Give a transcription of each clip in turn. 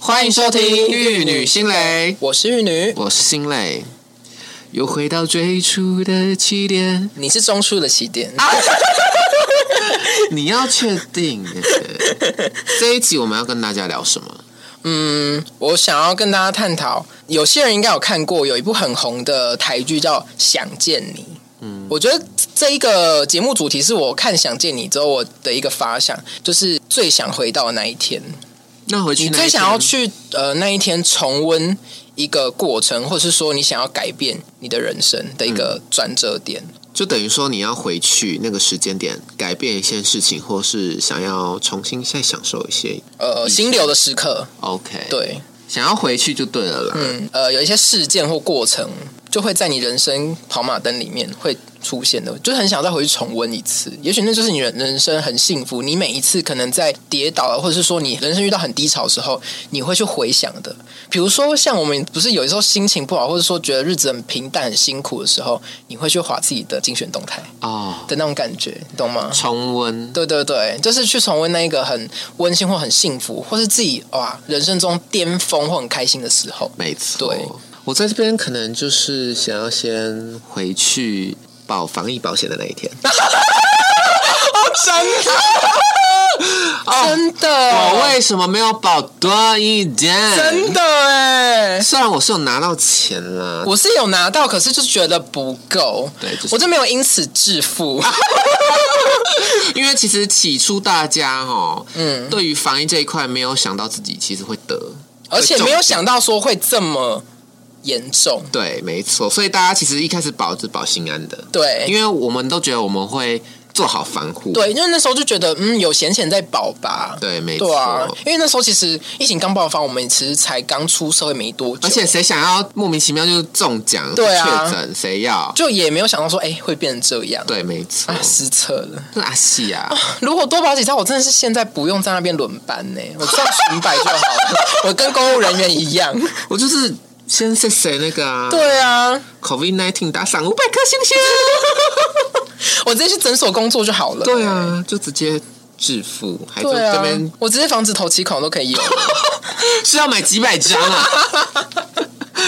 欢迎收听《玉女心蕾》，我是玉女，我是心蕾，又回到最初的起点。你是中枢的起点。你要确定那 个这一集我们要跟大家聊什么？嗯，我想要跟大家探讨，有些人应该有看过有一部很红的台剧叫《想见你》。嗯，我觉得这一个节目主题是我看《想见你》之后我的一个发想，就是最想回到的那一天。那回去你那一最想要天去呃那一天重温一个过程，或是说你想要改变你的人生的一个转折点。就等于说你要回去那个时间点，改变一些事情，或是想要重新再享受一些。呃，心流的时刻， OK，，对，想要回去就对了啦。嗯，呃，有一些事件或过程，就会在你人生跑马灯里面会出现的，就是很想再回去重温一次。也许那就是你人人生很幸福，你每一次可能在跌倒啊了，或者是说你人生遇到很低潮的时候，你会去回想的。比如说，像我们不是有时候心情不好，或者说觉得日子很平淡、很辛苦的时候，你会去划自己的精选动态哦，的那种感觉，你懂吗？重温对对对，就是去重温那一个很温馨或很幸福，或是自己哇人生中巅峰或很开心的时候。没错，对我在这边可能就是想要先回去保防疫保险的那一天。真的，哦真的，我为什么没有保多一点？哦真的哎、虽然我是有拿到钱啦，我是有拿到，可是就是觉得不够，对就是啊我就没有因此致富。因为其实起初大家哈，嗯，对于防疫这一块没有想到自己其实会得，而且没有想到说会这么严重。对，没错，所以大家其实一开始保是保心安的，因对，为我们都觉得我们会做好防护，对，因为那时候就觉得，嗯，有闲钱在保吧。对，没对错，啊，因为那时候其实疫情刚爆发，我们其实才刚出社会没多久，而且谁想要莫名其妙就中奖、对啊确诊，谁要？就也没有想到说，哎、会变成这样。对，没错啊，，失策了。是阿西啊，如果多保几张，我真的是现在不用在那边轮班呢，我上纯白就好了。 我跟公务人员一样。我就是先谢谁那个啊，对啊， ，COVID nineteen 打赏五百颗星星，我直接去诊所工作就好了。对，啊，就直接致富，还就对这啊边、，我直接房子投期款都可以 有，是要买几百张啊，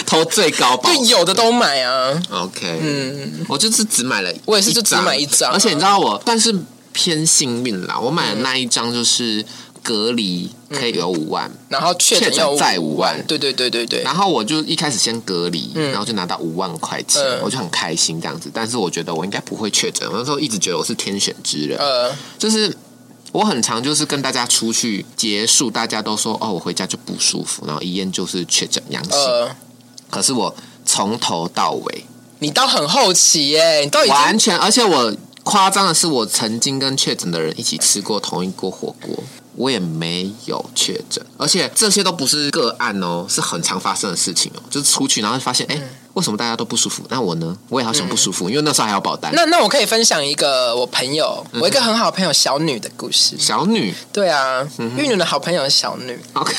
投最高保就。有的都买啊。 OK，嗯，我就是只买了，我也是就只买一张啊而且你知道我算是偏幸运啦，我买的那一张就是隔离可以有五万，然后嗯确确诊要诊再五万，对对对对对，然后我就一开始先隔离，然后就拿到五万块钱，嗯我就很开心这样子。但是我觉得我应该不会确诊，我那时候一直觉得我是天选之人，呃，就是我很常就是跟大家出去结束，大家都说哦，我回家就不舒服，然后一验就是确诊阳性，呃，可是我从头到尾你到很后期耶，你都已经完全，而且我夸张的是，我曾经跟确诊的人一起吃过同一锅火锅。我也没有确诊，而且这些都不是个案哦，是很常发生的事情哦。就是出去然后发现，哎、嗯为什么大家都不舒服？那我呢？我也好想不舒服，因为那时候还要保单。那那我可以分享一个我朋友，嗯我一个很好的朋友小女的故事。小女对啊，嗯玉女的好朋友小女， ，OK，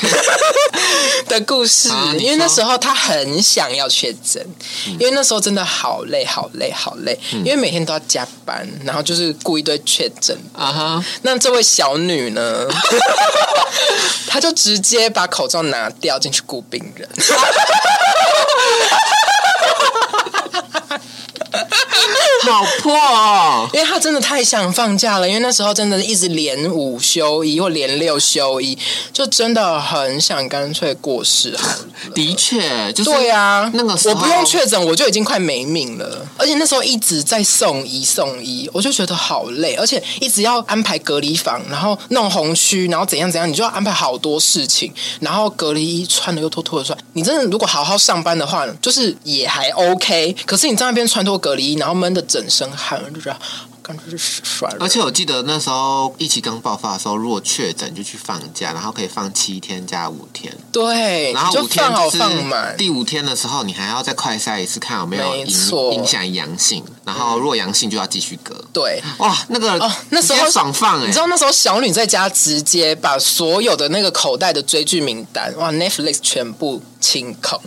的故事啊，你因为那说嗯时候他很想要确诊，因为那时候真的好累，好累，好累，因为每天都要加班，然后就是雇一堆确诊。啊哈，那这位小女呢， 她就直接把口罩拿掉进去雇病人。好破哦！因为他真的太想放假了，因为那时候真的一直连五休一或连六休一，就真的很想干脆过世好了。的确，就是对啊，那个时候我不用确诊，我就已经快没命了。而且那时候一直在送医送医，我就觉得好累，而且一直要安排隔离房，然后弄红区，然后怎样怎样，你就要安排好多事情。然后隔离衣穿的又脱脱的穿，你真的如果好好上班的话，就是也还 OK。可是你在那边穿脱隔离衣，然后闷的整身汗，我就觉得感觉就是衰了。而且我记得那时候疫情刚爆发的时候，如果确诊就去放假，然后可以放七天加五天，对，然哎后你就五天放好就是放满，第五天的时候，你还要再快筛一次，看有没有没影错影响阳性。然后若阳性就要继续隔。对，哇，那个哦，那时直候接爽放哎、你知道那时候小女在家直接把所有的那个口袋的追剧名单，哇，Netflix 全部清空。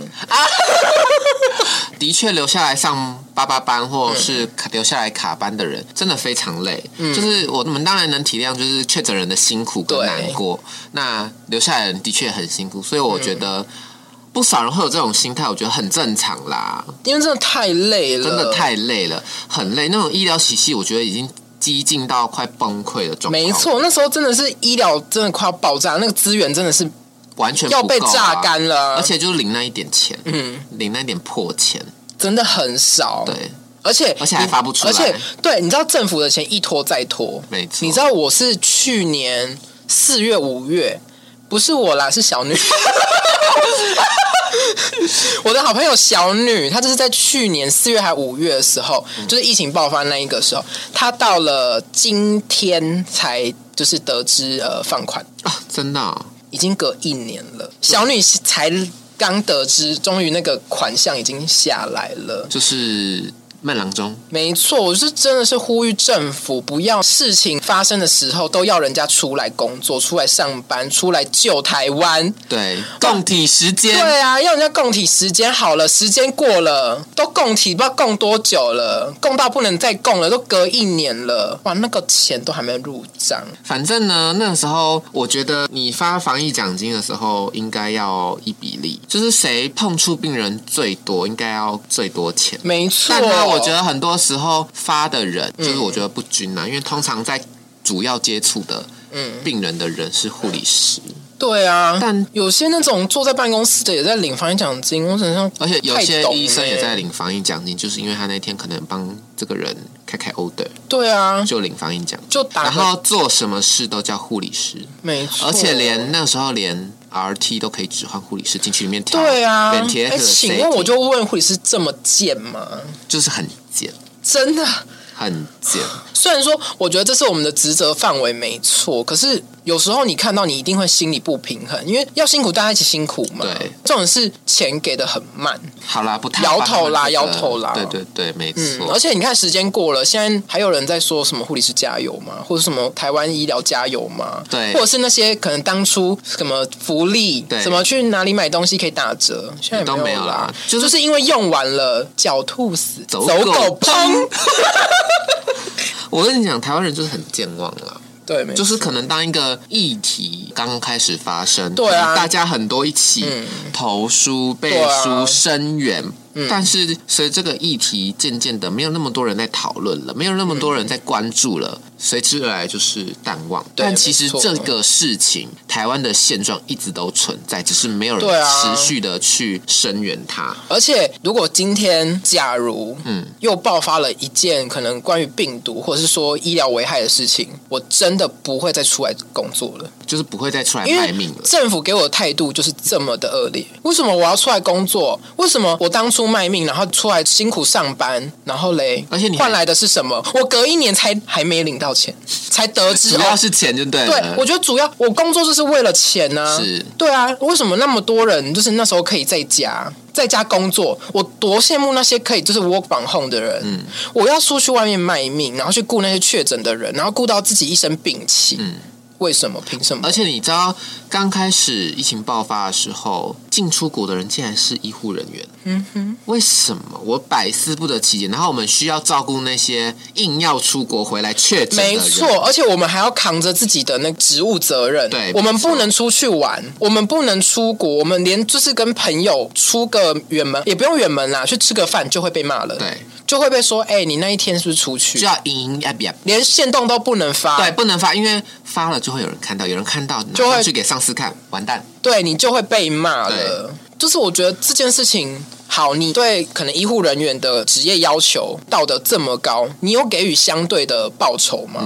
的确留下来上八八班或嗯者是卡留下来卡班的人，真的非常累。就是我们当然能体谅，就是确诊人的辛苦跟对难过。那留下来的人的确很辛苦，所以我觉得不少人会有这种心态，我觉得很正常啦。因为真的太累了，真的太累了，很累。那种医疗体系，我觉得已经激进到快崩溃的状况，没，错。那时候真的是医疗真的快要爆炸，那个资源真的是完全要不被够啊榨。干了，而且就是领那一点钱，嗯，领那一点破钱，真的很少。，对，而且而且还发不出来而且对，你知道政府的钱一拖再拖，没错。你知道我是去年四月、五月，不是我啦，是小女。 我的好朋友小女，她就是在去年四月还五月的时候，就是疫情爆发那一个时候，她到了今天才就是得知呃放款，啊，真的哦、已经隔一年了。小女才刚得知，终于那个款项已经下来了。就是慢郎中，没错，我是真的是呼吁政府不要事情发生的时候都要人家出来工作、出来上班、出来救台湾。对，共体时间，对啊，要人家供体时间好了，时间过了，都供体不知道供多久了，供到不能再供了，都隔一年了，哇，那个钱都还没入账。反正呢，那个时候我觉得你发防疫奖金的时候，应该要一比例，就是谁碰触病人最多，应该要最多钱。没错，嗯但呢，我觉得很多时候发的人，就是我觉得不均啊，因为通常在主要接触的嗯病人的人是护理师，对啊，但有些那种坐在办公室的也在领防疫奖金，我真的像而且有些太懂医生了也在领防疫奖金，就是因为他那天可能帮这个人开开 order 对啊，就领防疫奖金，就打然个后做什么事都叫护理师，没错，而且连那时候连 RT 都可以置换护理师进去里面调对啊，脸贴和哎，请问我就问护理师这么贱吗？就是很贱，真的，很贱，虽然说我觉得这是我们的职责范围没错，可是有时候你看到你一定会心里不平衡，因为要辛苦大家一起辛苦嘛。对，这种是钱给的很慢，好啦，不太摇帮他头们啦这个摇头啦对对对，没嗯，错，而且你看时间过了，现在还有人在说什么护理师加油嘛，或者什么台湾医疗加油嘛，对或者是那些可能当初什么福利，对什么去哪里买东西可以打折，现在都没没有有啦就就是是因为用完了狡兔死，走狗狗烹，我跟你讲，台湾人就是很健忘啦，对，没错就是可能当一个议题刚刚开始发生，对啊可能大家很多一起嗯投书、背对啊嗯书、声援。但是随着这个议题渐渐的没有那么多人在讨论了，没有那么多人在关注了，随之而来就是淡忘。嗯对但其实没错这个事情，台湾的现状一直都存在，只是没有对人啊持续的去声援它。而且，如果今天假如嗯嗯又爆发了一件可能关于病毒或者是说医疗危害的事情，我真的不会再出来工作了，就是不会再出来因卖为命了。政府给我的态度就是这么的恶劣。为什么我要出来工作？为什么我当初卖命，然后出来辛苦上班，然后嘞，而且你还换来的是什么？我隔一年才还没领到钱，才得知主 要哦。是钱就对对了，，我觉得主要我工作就是为了钱呢、是对啊，为什么那么多人就是那时候可以在家在家工作？我多羡慕那些可以就是 work from home 的人。嗯，我要出去外面卖命，然后去顾那些确诊的人，然后顾到自己一身病气。嗯，为什么？凭什么而？且你知道，刚开始疫情爆发的时候，进出国的人竟然是医护人员。嗯哼，为什么？我百思不得其解。然后我们需要照顾那些硬要出国回来确诊的人。没错，而且我们还要扛着自己的那职务责任。对我们没错不能出去玩，我们不能出国，我们连就是跟朋友出个远门，也不用远门啦，去吃个饭就会被骂了。，对，就会被说，哎、你那一天是不是出去？就要硬硬呀连线动都不能发，对，不能发，因为发了就会有人看到，有人看到就会拿上去给上司看，完蛋。对你就会被骂了。就是我觉得这件事情，好，你对可能医护人员的职业要求到的这么高，你有给予相对的报酬吗？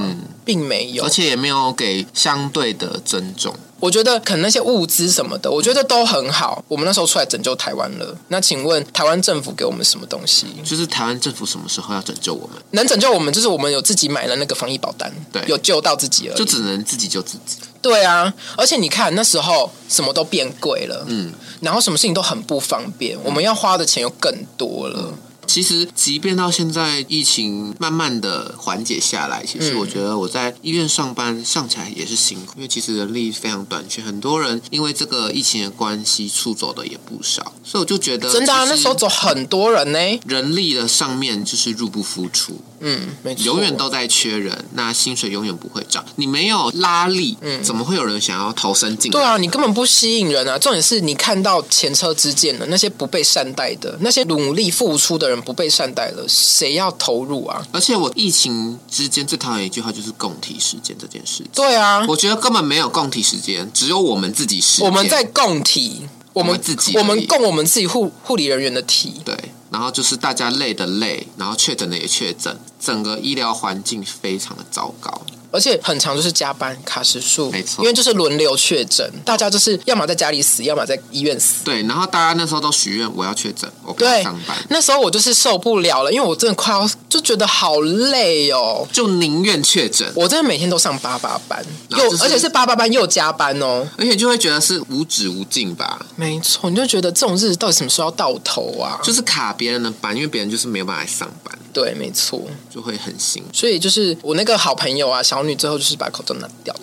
并没有嗯而。且也没有给相对的尊重。我觉得可能那些物资什么的，我觉得都很好。我们那时候出来拯救台湾了，那请问台湾政府给我们什么东西？就是台湾政府什么时候要拯救我们，能拯救我们，就是我们有自己买了那个防疫保单，对有救到自己而已。就只能自己救自己。对啊，而且你看那时候什么都嗯变贵了，嗯，然后什么事情都很不方便，我们要花的钱又更多了。其实即便到现在疫情慢慢的缓解下来，其嗯实我觉得我在医院上班上起来也是辛苦，因为其实人力非常短缺，很多人因为这个疫情的关系出走的也不少，所以我就觉得真的啊，呃其那实时候走很多人呢、人力的上面就是入不敷出，嗯，没错，永远都在缺人，那薪水永远不会涨。你没有拉力，怎么会有人想要投身进嗯对来？啊，你根本不吸引人啊！重点是你看到前车之鉴的那些不被善待的，那些努力付出的人不被善待了，谁要投入啊？而且我疫情之间最讨厌一句话就是共体时间这件事情。对啊，我觉得根本没有共体时间，只有我们自己时间。我们在共体，我们们自己我而们已供我们自己护护理人员的体。对，然后就是大家累的累，然后确诊的也确诊，整个医疗环境非常的糟糕。而且很长就是加班卡时数，没错因为就是轮流确诊，大家就是要么在家里死，要么在医院死。对，然后大家那时候都许愿我要确诊，我不要对上班，，那时候我就是受不了了，因为我真的快要就觉得好累哦，就宁愿确诊，我真的每天都上八八班，然后又就是而且是八八班又加班哦，而且就会觉得是无止无尽吧，没错，你就觉得这种日子到底什么时候要到头啊？就是卡别人的班，因为别人就是没有办法来上班，对，没错，就会很辛苦。所以就是我那个好朋友啊，小女最后就是把口罩拿掉，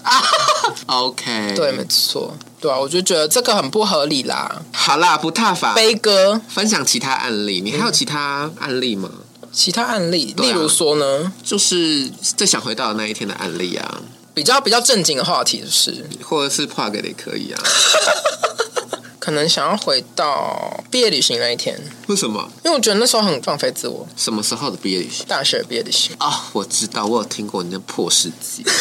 OK，对，没，错，对啊，我就觉得这个很不合理啦。好啦，不踏法。悲歌，分享其他案例，你嗯还有其他案例吗？其他案例，对啊例如说呢，就是最想回到的那一天的案例啊，比较比较正经的话题就是，或者是跨给的也可以啊。可能想要回到毕业旅行那一天，为什么？因为我觉得那时候很放飞自我，什么时候的毕业旅行？大学毕业旅行。啊、我知道，我有听过你的破事迹。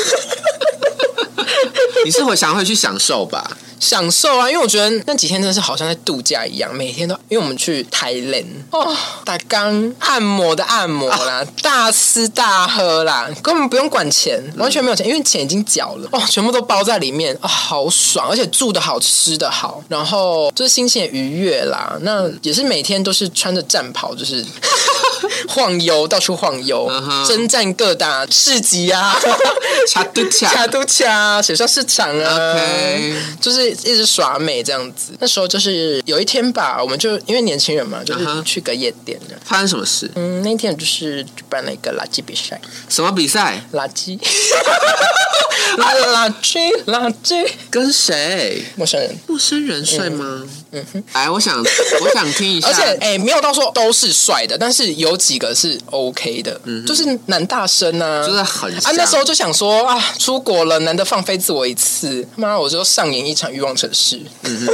你是会想会去享受吧？享受啊，因为我觉得那几天真的是好像在度假一样，每天都，因为我们去 Thailand 哦，打刚按摩的按摩啦，大吃大喝啦，根本不用管钱，完全没有钱，因为钱已经缴了哦，全部都包在里面啊、好爽，而且住的好，吃的好，然后就是心情也愉悦啦。那也是每天都是穿着战袍，就是 晃悠，到处晃悠嗯哼征战各大市集 啊。恰嘟卡 恰，都卡，学校市场啊呃 OK 就是一直耍美这样子。那时候就是有一天吧，我们就因为年轻人嘛，就是嗯哼去个夜店的。发生什么事？嗯，那一天我就是举办了一个垃圾比赛，什么比赛？垃圾，垃圾，垃圾，跟谁？陌生人。陌生人帅吗？嗯哼，哎，我 想，我想听一下。而且，哎、没有到说都是帅的，但是有几个是 OK 的，就是男大生啊，嗯就是很啊，那时候就想说啊，出国了，难得放飞自我一次，妈，我就上演一场欲望城市。嗯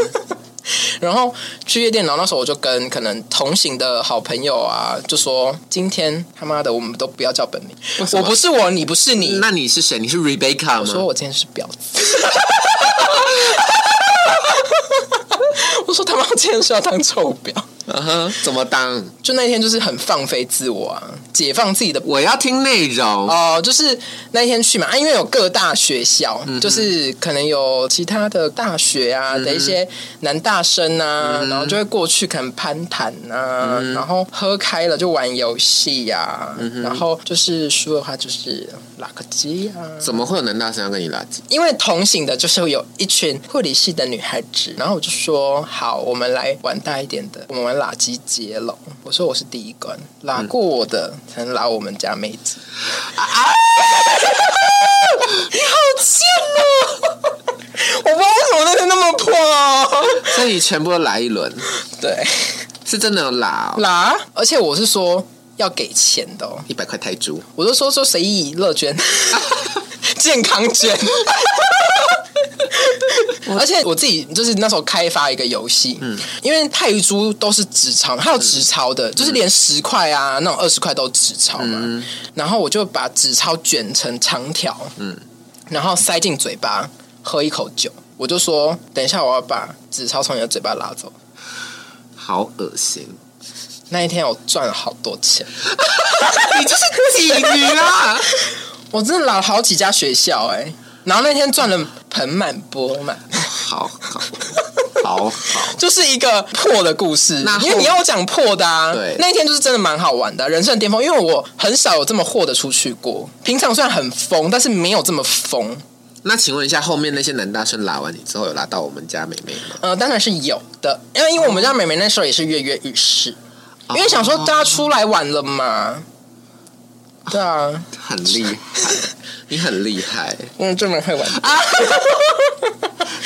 然后去夜店，然后那时候我就跟可能同行的好朋友啊，就说今天他妈的我们都不要叫本名，什么我不是我，你不是你，那你是谁？你是 Rebecca 我说吗？我今天是婊子。 我说他妈，我今天是要当臭婊。嗯哼，怎么当？就那一天就是很放飞自我啊，解放自己的我要听内容。哦、就是那一天去嘛，啊，因为有各大学校，就是可能有其他的大学啊、的一些男大生啊，然后就会过去可能攀谈啊，然后喝开了就玩游戏呀，然后就是输的话就是拉个鸡啊。怎么会有男大生要跟你垃圾？因为同行的就是有一群护理系的女孩子，然后我就说好，我们来玩大一点的，我们玩拉鸡接龙。我说我是第一关，拉过我的才能拉我们家妹子。我不知道为什么那天那么破、 所以全部都来一轮，对，是真的有拉哦，啦，而且我是说要给钱的、哦，一百块泰铢。我就说说谁以乐捐， 健康捐。而且我自己就是那时候开发一个游戏，嗯，因为泰铢都是纸钞，还有纸钞的，就是连十块啊那种二十块都纸钞嘛，然后我就把纸钞卷成长条，嗯，然后塞进嘴巴喝一口酒，我就说等一下我要把纸钞从你的嘴巴拉走。好恶心！ 那一天我赚了好多钱，你就是妓女啊！ 我真的老了好几家学校哎、然后那天赚了盆满钵满，好好好好，就是一个破的故事那。后因为你要我讲破的啊，对那一天就是真的蛮好玩的啊、人生巅峰。因为我很少有这么豁得出去过，平常虽然很疯，但是没有这么疯。那请问一下，后面那些男大生拉完你之后，有拉到我们家妹妹吗？呃，当然是有的，因为因为我们家美美那时候也是跃跃欲试，哦因为想说大家出来晚了嘛。对啊，很厉害，你很厉 害，嗯，这么会玩啊。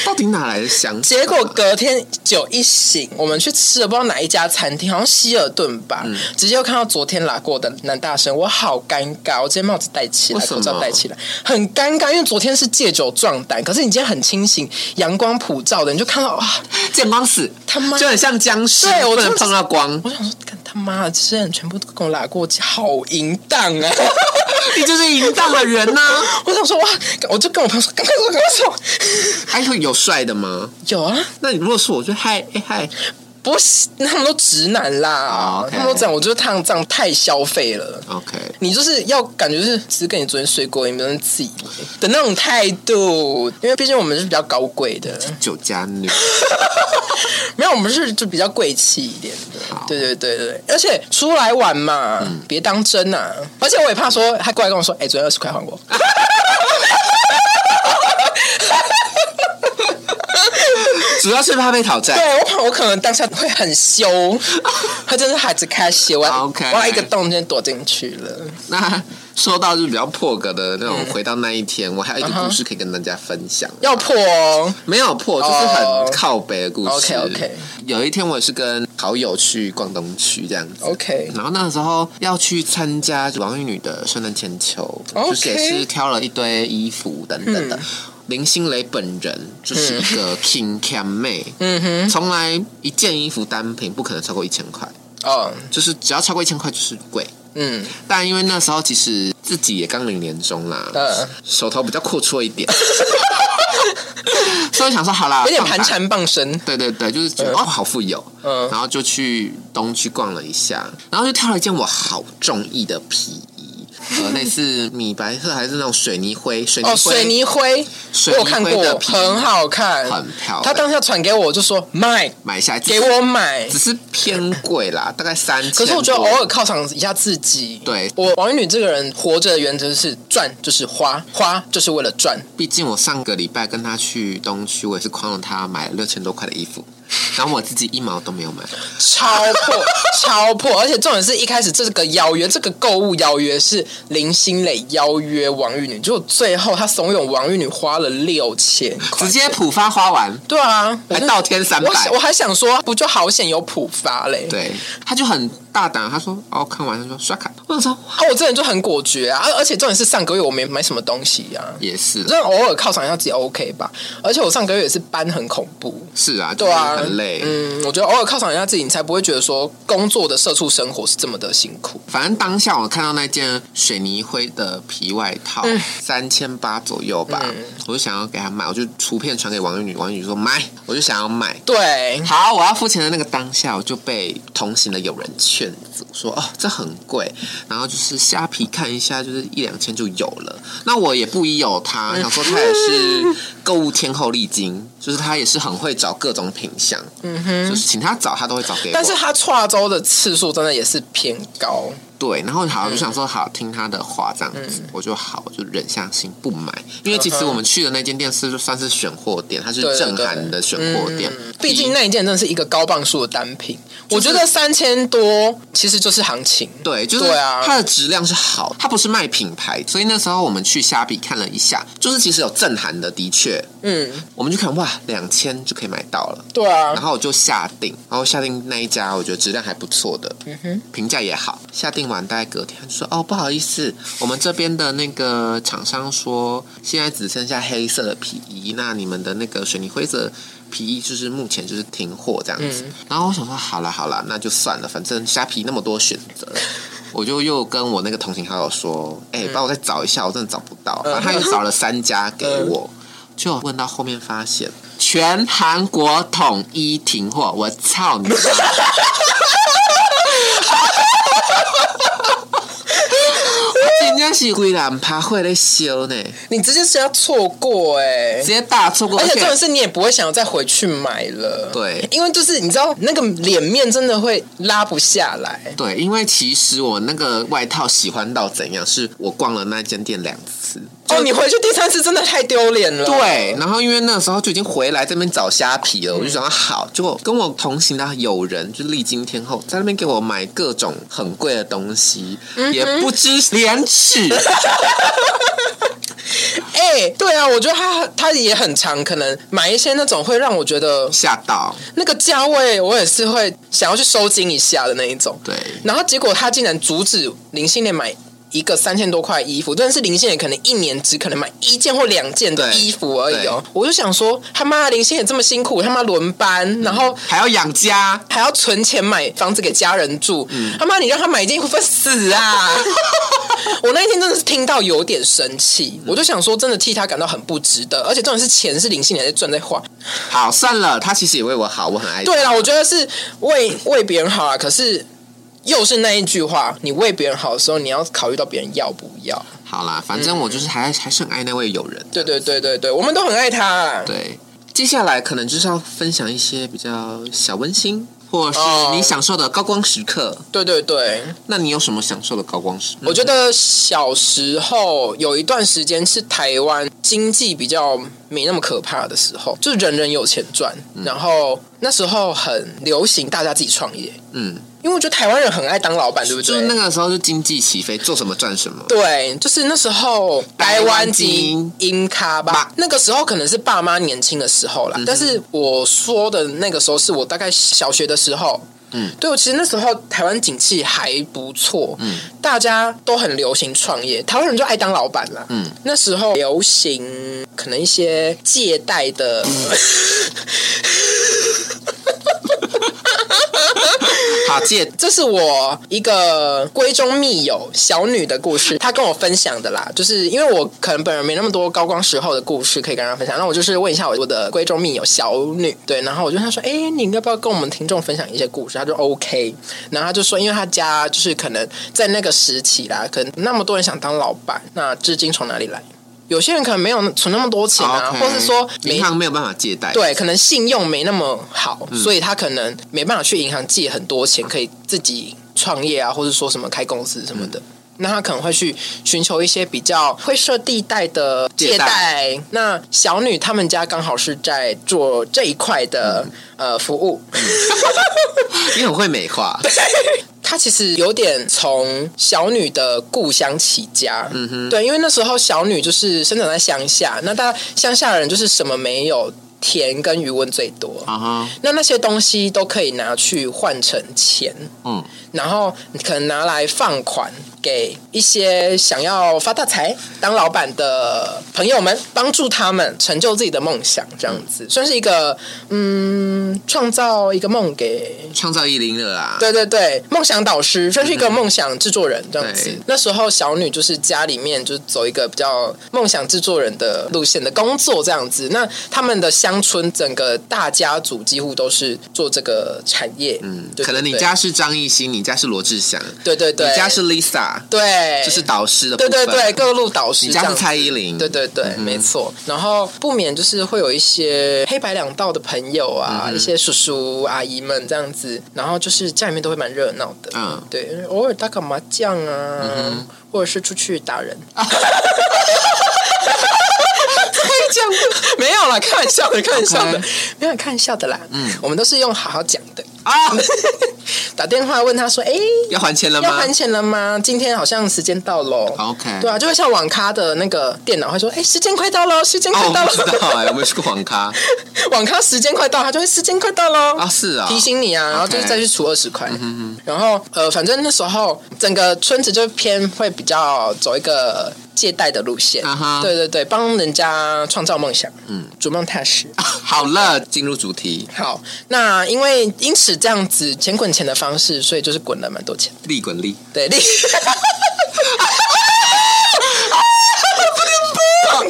到底哪来的啊想法？结果隔天酒一醒，我们去吃了不知道哪一家餐厅，好像希尔顿吧，嗯直接又看到昨天拉过的男大生，我好尴尬，我今天帽子戴起来，为什口么罩戴起来，很尴尬，因为昨天是借酒壮胆，可是你今天很清醒，阳光普照的，你就看到啊哇，见光死，他妈就很像僵尸，对我不能就是碰到 光，我想说，干他妈的，这些人全部都跟我拉过，好淫荡啊！ 你就是淫荡的人啊呐、 我想说哇，我就跟我朋友说，赶快走，赶快走。还哎有有帅的吗？有啊，那你如果是我就嗨哎嗨，不是，他们都直男啦哦，OK 他们都这样，我觉得他们这样太消费了。 OK，你就是要感觉是只跟你昨天睡过，也没有人自己的那种态度，因为毕竟我们是比较高 贵的，酒家女，没有我们是就比较贵气一点的好，嗯对对对对，而且出来玩嘛，别当真呐、而且我也怕说他过来跟我说，哎、昨天二十块还 我，主要是怕被讨债。对我可我可能当下会 很羞，他真的孩子开心，我啊 OK 挖一个洞就躲进去了。那说到就是比较破格的那种，回到那一天，我还有一个故事可以跟大家分享。要破哦，没有破，就是哦很靠北的故事。 OK，OK 有一天我也是跟好友去逛东区这样子。 OK 然后那个时候要去参加王玉女的圣诞千秋 OK 嗯就是也是挑了一堆衣服等等的。林心蕾本人就是一个 King Cam 妹，嗯哼，从来一件衣服单品不可能超过一千块，哦，就是只要超过一千块就是贵。嗯，但因为那时候其实自己也刚领年终啦，嗯手头比较阔绰一 点，所以想说好啦，有点放吧盘缠傍身，对对对，就是觉得、哦嗯好富有，嗯然后就去东区逛了一下，然后就挑了一件我好中意的皮衣，呃，类似米白色还是那种水泥灰，水泥灰，哦，水泥灰，我水有泥看灰的过，皮很好看，很漂亮他当下传给我，我就说买，买下来，给我买。只是偏贵啦，大概三千。可是我觉得偶尔犒赏一下自己。对我王玉女这个人活着的原则是赚就是花，花就是为了赚。毕竟我上个礼拜跟他去东区，我也是诓了他买了六千多块的衣服，然后我自己一毛都没有买。超破， 超破！而且重点是一开始这个邀约，这个购物邀约是林心蕾邀约王玉女，结果最后她怂恿王玉女花了六千块，直接浦发花完，对啊，我还就倒贴三百我。想我还想说，不就好险有浦发嘞？对，他就很大胆，他说：“哦，看完他说刷卡。”我想说啊，我这人就很果决啊，而而且重点是上个月我没买什么东西啊。也是啦，这样偶尔犒赏一下自己 OK 吧，而且我上个月也是搬很恐怖，是啊，对啊，就是很累。嗯，我觉得偶尔犒赏一下自己，你才不会觉得说工作的社畜生活是这么的辛苦。反正当下我看到那件水泥灰的皮外套，嗯三千八左右吧，我就想要给他买，我就图片传给王玉女，王玉女说买，我就想要买。对，好，我要付钱的那个当下，我就被同行的友人劝阻，说哦，这很贵，然后就是虾皮看一下，就是一两千就有了。那我也不疑有嗯他，想说他也是购物天后丽晶，就是他也是很会找各种品相，嗯哼，就是请他找，他都会找给我。但是他跨州的次数真的也是偏高，对，然后嗯好，我就想说好听他的话这样子，我就好，我就忍下心不买，因为其实我们去的那间店是就算是选货店，它是嗯对对正韩的选货店，嗯毕竟那一件真的是一个高磅数的单品，我觉得三千多其实就是行情。对，就是对啊它的质量是好，它不是卖品牌，所以那时候我们去虾比看了一下，就是其实有正韩的，的确，嗯，我们就看哇，两千就可以买到了。对然啊，后我就下定，然后下定那一家，我觉得质量还不错的，嗯哼，评价也好。下定完大概隔天他就说，哦，不好意思，我们这边的那个厂商说现在只剩下黑色的皮衣，那你们的那个水泥灰色皮衣就是目前就是停货这样子。然后我想说，好啦好啦，那就算了，反正虾皮那么多选择。我就又跟我那个同行好友说，哎、帮我再找一下，我真的找不到。然后他又找了三家给我，就问到后面发现全韩国统一停货，我操你妈！我真正是规人趴会咧烧呢，你直接是要错过哎、直接大错过，而而且重且点是你也不会想要再回去买了，对因为就是你知道那个脸面真的会拉不下来，对，因为其实我那个外套喜欢到怎样，是我逛了那间店两次，哦，你回去第三次真的太丢脸了。对，然后因为那时候就已经回来这边找虾皮嗯了，我就想说好，结果跟我同行的友人就历经天后，在那边给我买各种很贵的东西，嗯也不知廉耻。哎、对啊，我觉得他他也很常可能买一些那种会让我觉得吓到，那个价位，我也是会想要去收金一下的那一种。对然后结果他竟然阻止林心莲买一个三千多块的衣服，但是林心莲可能一年只可能买一件或两件的对衣服而已哦。我就想说，他妈林心莲这么辛苦，他妈轮嗯班，然后还要养家，还要存钱买房子给家人住，他妈你让他买一件衣服会死啊！ 我那一天真的是听到有点生气，我就想说，真的替他感到很不值得，而且重点是钱是林心莲在赚在花。好算了，他其实也为我好，我很爱他。对啦，我觉得是为为别人好啊，可是又是那一句话，你为别人好的时候，你要考虑到别人要不要。好啦，反嗯正我就是还、还是很爱那位友人。对对对对对，我们都很爱他、啊。对，接下来可能就是要分享一些比较小温馨，或是哦你享受的高光时刻。对对对，那你有什么享受的高光时？我觉得小时候有一段时间是台湾经济比较没那么可怕的时候，就是人人有钱赚，嗯然后那时候很流行大家自己创业，嗯，因为我觉得台湾人很爱当老板，对不就是对？那个时候就经济起飞，做什么赚什么。对，就是那时候台台湾湾籍籍音咖吧吧，那个时候可能是爸妈年轻的时候嗯啦。但是我说的那个时候是我大概小学的时候。嗯，对，我其实那时候台湾景气还不错，嗯，大家都很流行创业，台湾人就爱当老板啦，嗯，那时候流行可能一些借贷的，嗯好，借这是我一个闺中密友小女的故事，她跟我分享的啦。就是因为我可能本人没那么多高光时候的故事可以跟大家分享，那我就是问一下我的闺中密友小女，对，然后我就跟她说，哎、你要不要跟我们听众分享一些故事？她就 OK，然后她就说，因为她家就是可能在那个时期啦，可能那么多人想当老板，那资金从哪里来？有些人可能没有存那么多钱啊 OK 或是说没银行没有办法借贷。，对，可能信用没那么好，所以他可能没办法去银行借很多钱，可以自己创业啊，或者说什么开公司嗯什么的。那他可能会去寻求一些比较灰色地带的借借贷贷。那小女他们家刚好是在做这一块的、呃服务，你很会美化。他其实有点从小女的故乡起家，嗯哼，对，因为那时候小女就是生长在乡下，那大家乡下人就是什么没有，田跟余温最多，啊哈，那那些东西都可以拿去换成钱，嗯，然后你可能拿来放款给一些想要发大财、当老板的朋友们，帮助他们成就自己的梦想，这样子算是一个嗯，创造一个梦给。创造一零啊了啦。对对对，梦想导师算是一个梦想制作人这样子对。那时候小女就是家里面就走一个比较梦想制作人的路线的工作这样子。那他们的乡村整个大家族几乎都是做这个产业，嗯可能你家是张艺兴，你家是罗志祥，对对对，你家是 Lisa，对，就是导师的部对分。对对，，各路导师你这家样是子。蔡依林。对对对，嗯没错。然后不免就是会有一些黑白两道的朋友嗯啊，一些叔叔阿姨们这样子，然后就是家里面都会蛮热闹的。嗯对，偶尔打个麻将啊，或者是出去打 人。讲 没有啦，开玩笑的，开玩笑的 OK 没有开玩笑的啦。嗯，我们都是用好好讲的。啊， 打电话问他说：“哎、要还钱了要吗还钱了吗？今天好像时间到喽。 ？OK。对啊，就会像网咖的那个电脑会说：“哎、时间快到喽，时间快哦，到我喽不。知道哎，我没有去过网咖 网咖时间快到，他就会时间快到喽。啊，是啊，提醒你啊，然后就是 OK 嗯再去除二十块，然后呃，反正那时候整个村子就偏会比较走一个借贷的路线啊哈对对对，帮人家创造梦想，嗯，逐梦踏实。 好了，进入主题，好，那因为因此这样子钱滚钱的方式，所以就是滚了蛮多钱，利滚利。对， 你你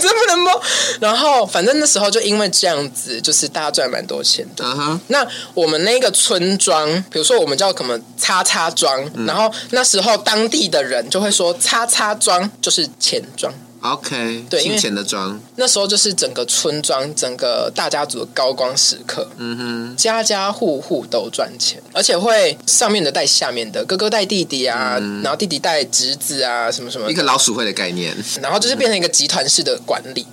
真不能摸。然后，反正那时候就因为这样子，就是大家赚蛮多钱的。嗯哼，那我们那个村庄，比如说我们叫什么叉嗯叉庄，然后那时候当地的人就会说叉叉庄就是钱庄， OK，对因为金钱的妆，那时候就是整个村庄、整个大家族的高光时刻，嗯家家户户都赚钱，而且会上面的带下面的，哥哥带弟弟啊，然后弟弟带侄子啊，什么什么嗯哼，一，个老鼠会的概念，然后就是变成一个集团式的管 理，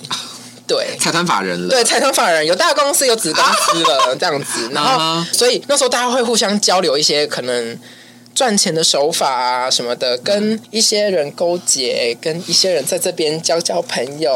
对。财团法人了，对，财团法人有大公司有子公司 了，这样子，然后啊所以那时候大家会互相交流一些可能赚钱的手法啊什么的，跟一些人勾结，跟一些人在这边交交朋友，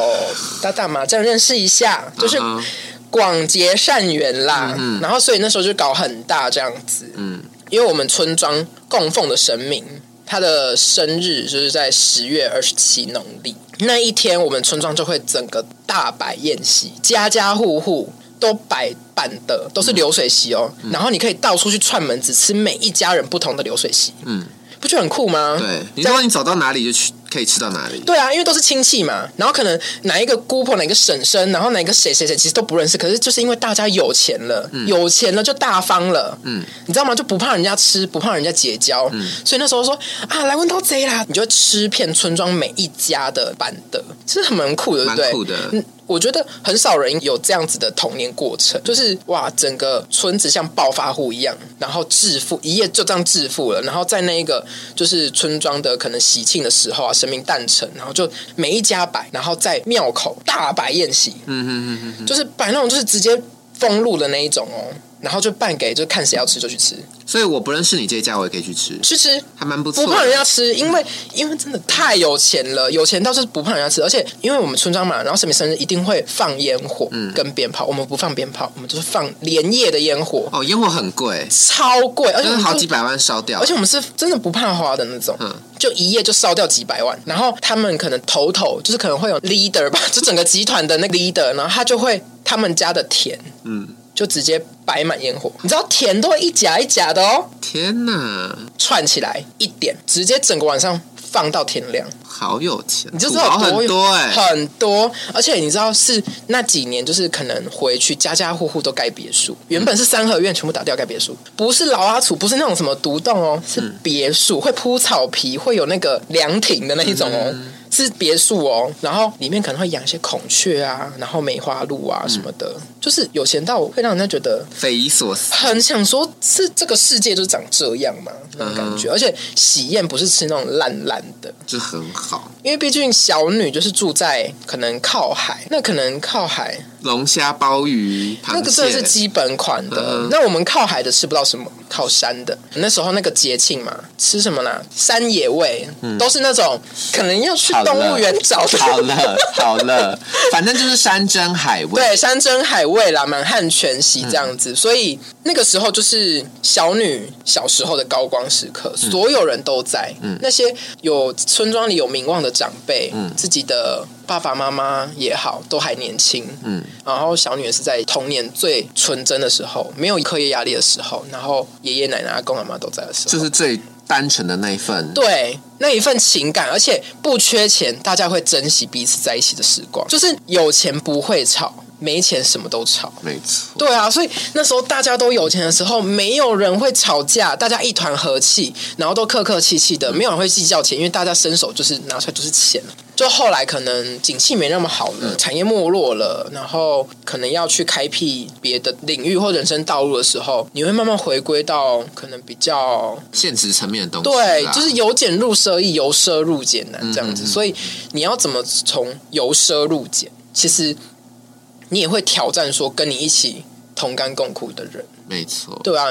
打打麻将认识一下，就是嗯哼广结善缘啦。然后所以那时候就搞很大这样子，嗯，因为我们村庄供奉的神明，他的生日就是在十月二十七农历那一天，我们村庄就会整个大摆宴席，家家户户都摆办的都是流水席哦。然后你可以到处去串门子，吃每一家人不同的流水席，嗯，不觉得很酷吗？对，你说你走到哪里就去，可以吃到哪里，对啊，因为都是亲戚嘛，然后可能哪一个姑婆、哪一个婶婶，然后哪一个谁谁谁，其实都不认识。可是就是因为大家有钱了，有钱了就大方了，嗯，你知道吗？就不怕人家吃，不怕人家结交，所以那时候说啊，来问到贼啦，你就吃遍村庄每一家的板的，这是很蛮酷的，对不对？蛮酷的嗯我觉得很少人有这样子的童年过程，就是哇，整个村子像暴发户一样，然后致富，一夜就这样致富了。然后在那一个就是村庄的可能喜庆的时候啊，神明诞辰，然后就每一家摆，然后在庙口大摆宴席，嗯哼哼哼就是摆那种就是直接封路的那一种哦，然后就办给就看谁要吃就去吃，哼，所以我不认识你这一家，我也可以去吃，去吃。还蛮不错不的，怕人家吃，因为因为真的太有钱了，有钱到就是不怕人家吃，而且因为我们村庄嘛，然后神明生日一定会放烟火嗯跟鞭炮，我们不放鞭炮，我们就是放连夜的烟火，哦，烟火很贵，超贵，而且就我是们好就几百万烧掉而，且我们是真的不怕花的那种，嗯就一夜就烧掉几百万。然后他们可能头头就是可能会有 leader 吧， 就整个集团的那个 leader，然后他就会他们家的田嗯，就直接摆满烟火，你知道田都会一夹一夹的哦，天哪，串起来一点，直接整个晚上放到天亮。好有钱，你就知土道豪有很多哎、很多，而且你知道是那几年，就是可能回去家家户户都盖别嗯墅，原本是三合院，全部打掉盖别墅，不是老阿楚，不是那种什么独栋嗯哦，是别墅，会铺草皮，会有那个凉亭的那一种哦。嗯是别墅哦，然后里面可能会养一些孔雀啊，然后梅花鹿嗯啊什么的，就是有钱到会让人家觉得匪夷所思，很想说，是这个世界就长这样嘛那种感嗯觉。而且喜宴不是吃那种烂烂的，就很好。因为毕竟小女就是住在可能靠海，那可能靠海龙虾、鲍鱼、那螃个真的蟹是，基本款的。嗯那我们靠海的吃不到什么，靠山的。那时候那个节庆嘛，吃什么啦？山野味，都是那种可能要去嗯好了动物园找的。好了好了，反正就是山珍海味。对，山珍海味啦，满汉全席这样子，所以那个时候就是小女小时候的高光时刻，嗯所有人都在。那些有村庄里有名望的长辈，嗯自己的爸爸妈妈也好，都还年轻。嗯，然后小女也是在童年最纯真的时候，没有课业压力的时候，然后爷爷奶奶、阿公阿妈都在的时候，就是最单纯的那一份。对那一份情感，而且不缺钱，大家会珍惜彼此在一起的时光。就是有钱不会吵，没钱什么都吵。没错，对啊，所以那时候大家都有钱的时候，没有人会吵架，大家一团和气，然后都客客气气的，没有人会计较钱，因为大家伸手就是拿出来就是钱。就后来可能景气没那么好了，产业没落了，然后可能要去开辟别的领域或人生道路的时候，你会慢慢回归到可能比较现实层面的东西对，啦。嗯就是由俭入奢易，由奢入俭难这样子。所以你要怎么从由奢入俭？其实你也会挑战说跟你一起同甘共苦的人，没错，对啊，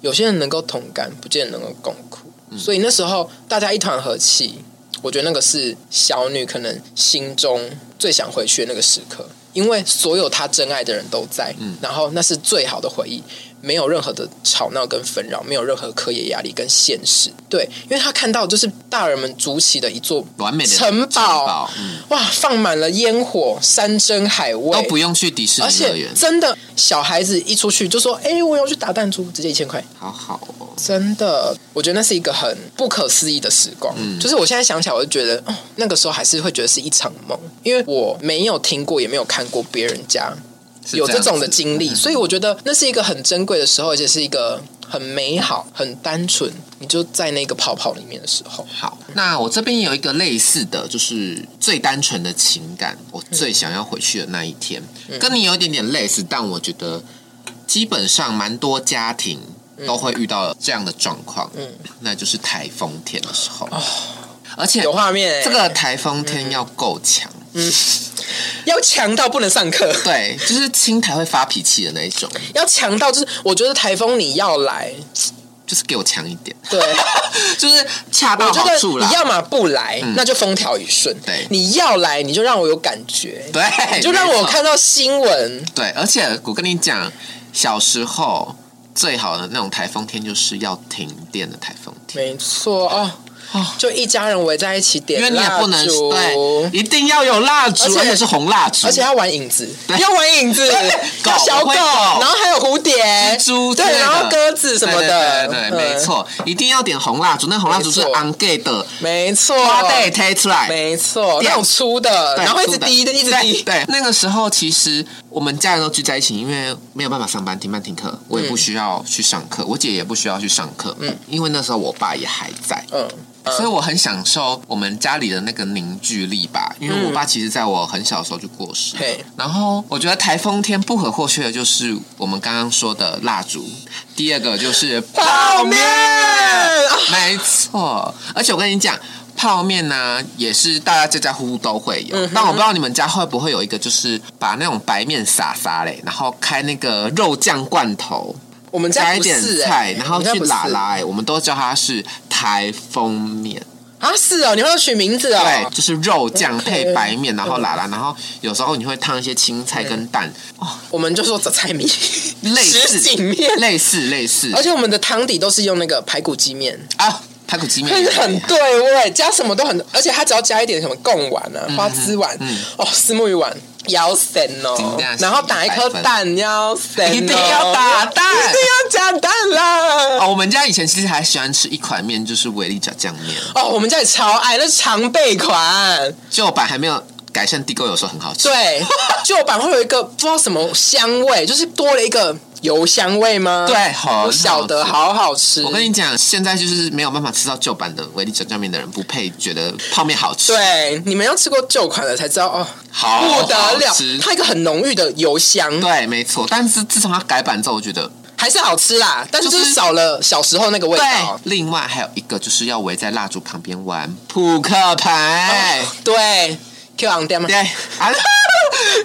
有些人能够同甘，不见得能够共苦。所以那时候大家一团和气，我觉得那个是小女可能心中最想回去的那个时刻，因为所有她真爱的人都在，然后那是最好的回忆，没有任何的吵闹跟纷扰，没有任何课业压力跟现实。对，因为她看到就是大人们筑起的一座完美的城堡，嗯哇，放满了烟火、山珍海味，都哦不啊用去迪士而尼乐且园，真的小孩子一出去就说：“哎、我要去打弹珠，直接一千块。”好好哦。真的，我觉得那是一个很不可思议的时光。嗯就是我现在想起来，我就觉得哦，那个时候还是会觉得是一场梦，因为我没有听过，也没有看过别人家是有这样种的子嗯经历，所以我觉得那是一个很珍贵的时候，而且是一个很美好、很单纯，你就在那个泡泡里面的时候，好，那我这边有一个类似的，就是最单纯的情感，我最想要回去的那一天，嗯跟你有一点点类似，但我觉得基本上蛮多家庭都会遇到这样的状况，嗯，那就是台风天的时候，而且哦有画面、欸，这个台风天要够强，要强到不能上课， 对，就是青台会发脾气的那一种，要强到就是我觉得台风你要来，就是给我强一点， 对，就是恰到我觉好处得啦嗯你，要么不来，那就风调雨顺，对你要来你就让我有感觉，对，你就让没我错看到新闻，对，而且我跟你讲，小时候最好的那种台风天就是要停电的台风天，没错哦，就一家人围在一起点因为你也蜡不能烛，对，一定要有蜡烛，而而且且是红蜡烛，而且要玩 影子，对要玩影子，狗 要小会狗然后还有蝴蝶、蜘蛛之类对，的然后鸽子什么的，对对对嗯对没，错，一定要点红蜡烛，那红蜡烛是没错 on gay 的，没错，花带推出来。没错，电那种粗的，对然后一直粗的滴的，一直对滴，对，那个时候其实我们家人都聚在一起，因为没有办法上班，停班停课，我也不需要去上课，我姐也不需要去上课，嗯，因为那时候我爸也还在，嗯，所以我很享受我们家里的那个凝聚力吧，因嗯为我爸其实在我很小的时候就过世了。嘿然后我觉得台风天不可或缺的就是我们刚刚说的蜡烛，第二个就是泡面啊没错，而且我跟你讲。泡面呢、也是大家家家户户都会有，嗯但我不知道你们家会不会有一个，就是把那种白面撒撒嘞，然后开那个肉酱罐头，我们家加一不点是菜，欸然后我们家去不是拉拉、欸，我们都叫它是台风面。啊，是哦，你们要取名字对，哦，就是肉酱 OK 配白面，然后拉拉，然后有时候你会烫一些青菜跟蛋，我们就说杂菜米，类 什似锦哦面，类似类似而且我们的汤底都是用那个排骨鸡面，啊，排骨鸡面但也是可以很对味，加什么都很，而且它只要加一点什么贡丸啊、嗯花枝丸、哦、丝木鱼丸，要神哦真的，是然后打一颗蛋，要神、哦，一定要打蛋一定要加蛋啦。哦，我们家以前其实还喜欢吃一款面，就是维力炸酱面，哦，我们家也超爱，那是常备款。旧版还没有改善地沟，有时候很好吃。对，旧版会有一个不知道什么香味，就是多了一个油香味吗？对哦好不晓得，好好吃。我跟你讲，现在就是没有办法吃到旧版的维力炸酱面的人，不配觉得泡面好吃，，对，你们要吃过旧款的才知道哦，好不得了好吃，它一个很浓郁的油香。对，没错。但是自从它改版之后，我觉得还是好吃啦，但是就就是是少了小时候那个味道。另外还有一个就是要围在蜡烛旁边玩扑克牌。哦对，Q 昂店吗对啊，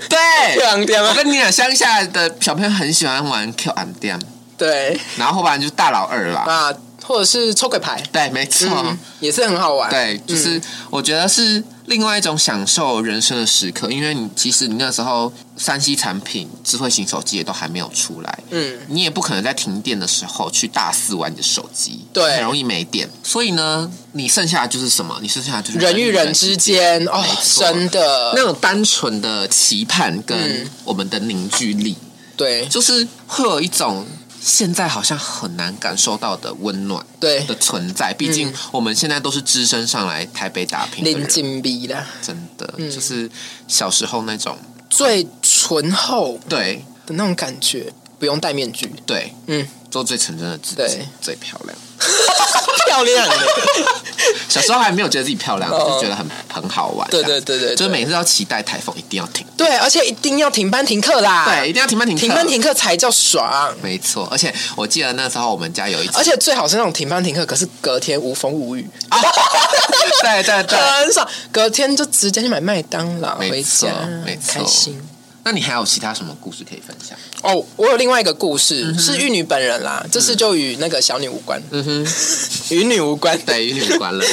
？Q 对。昂店我吗？跟你讲，乡下的小朋友很喜欢玩 Q M 店，对然后后半就是大老二啦。啊，或者是抽鬼牌，对，没错，嗯，也是很好玩。对，就是我觉得是另外一种享受人生的时刻，因为你其实你那时候三 C 产品、智慧型手机也都还没有出来，嗯，你也不可能在停电的时候去大肆玩你的手机，对很容易没电。所以呢，你剩下的就是什么？你剩下的就是嗯人与人之间哦没，错真的那种单纯的期盼跟嗯我们的凝聚力，对就是会有一种现在好像很难感受到的温暖对的，存嗯在。毕竟我们现在都是只身上来台北打拼的零人，金币啦，真的嗯就是小时候那种最醇厚对的那种感觉，不用戴面 具，对嗯，做最纯真的自己对，最漂亮。漂亮的。小时候还没有觉得自己漂亮，哦就觉得很很好玩。 对这样对对对，就是每次要期待台风一定要停，啊对，而且一定要停班停课啦，对，一，定要停班停课停班，停课才叫爽。没错。而且我记得那时候我们家有一次，而且最好是那种停班停课，可是隔天无风 无雨，对对对，很爽。隔天就直接去买麦当劳回没错家，没错开心。那你还有其他什么故事可以分享？哦，我有另外一个故事，是玉女本人啦，这次就与那个小女无关，嗯哼，与女无 关。 对，与你无关了。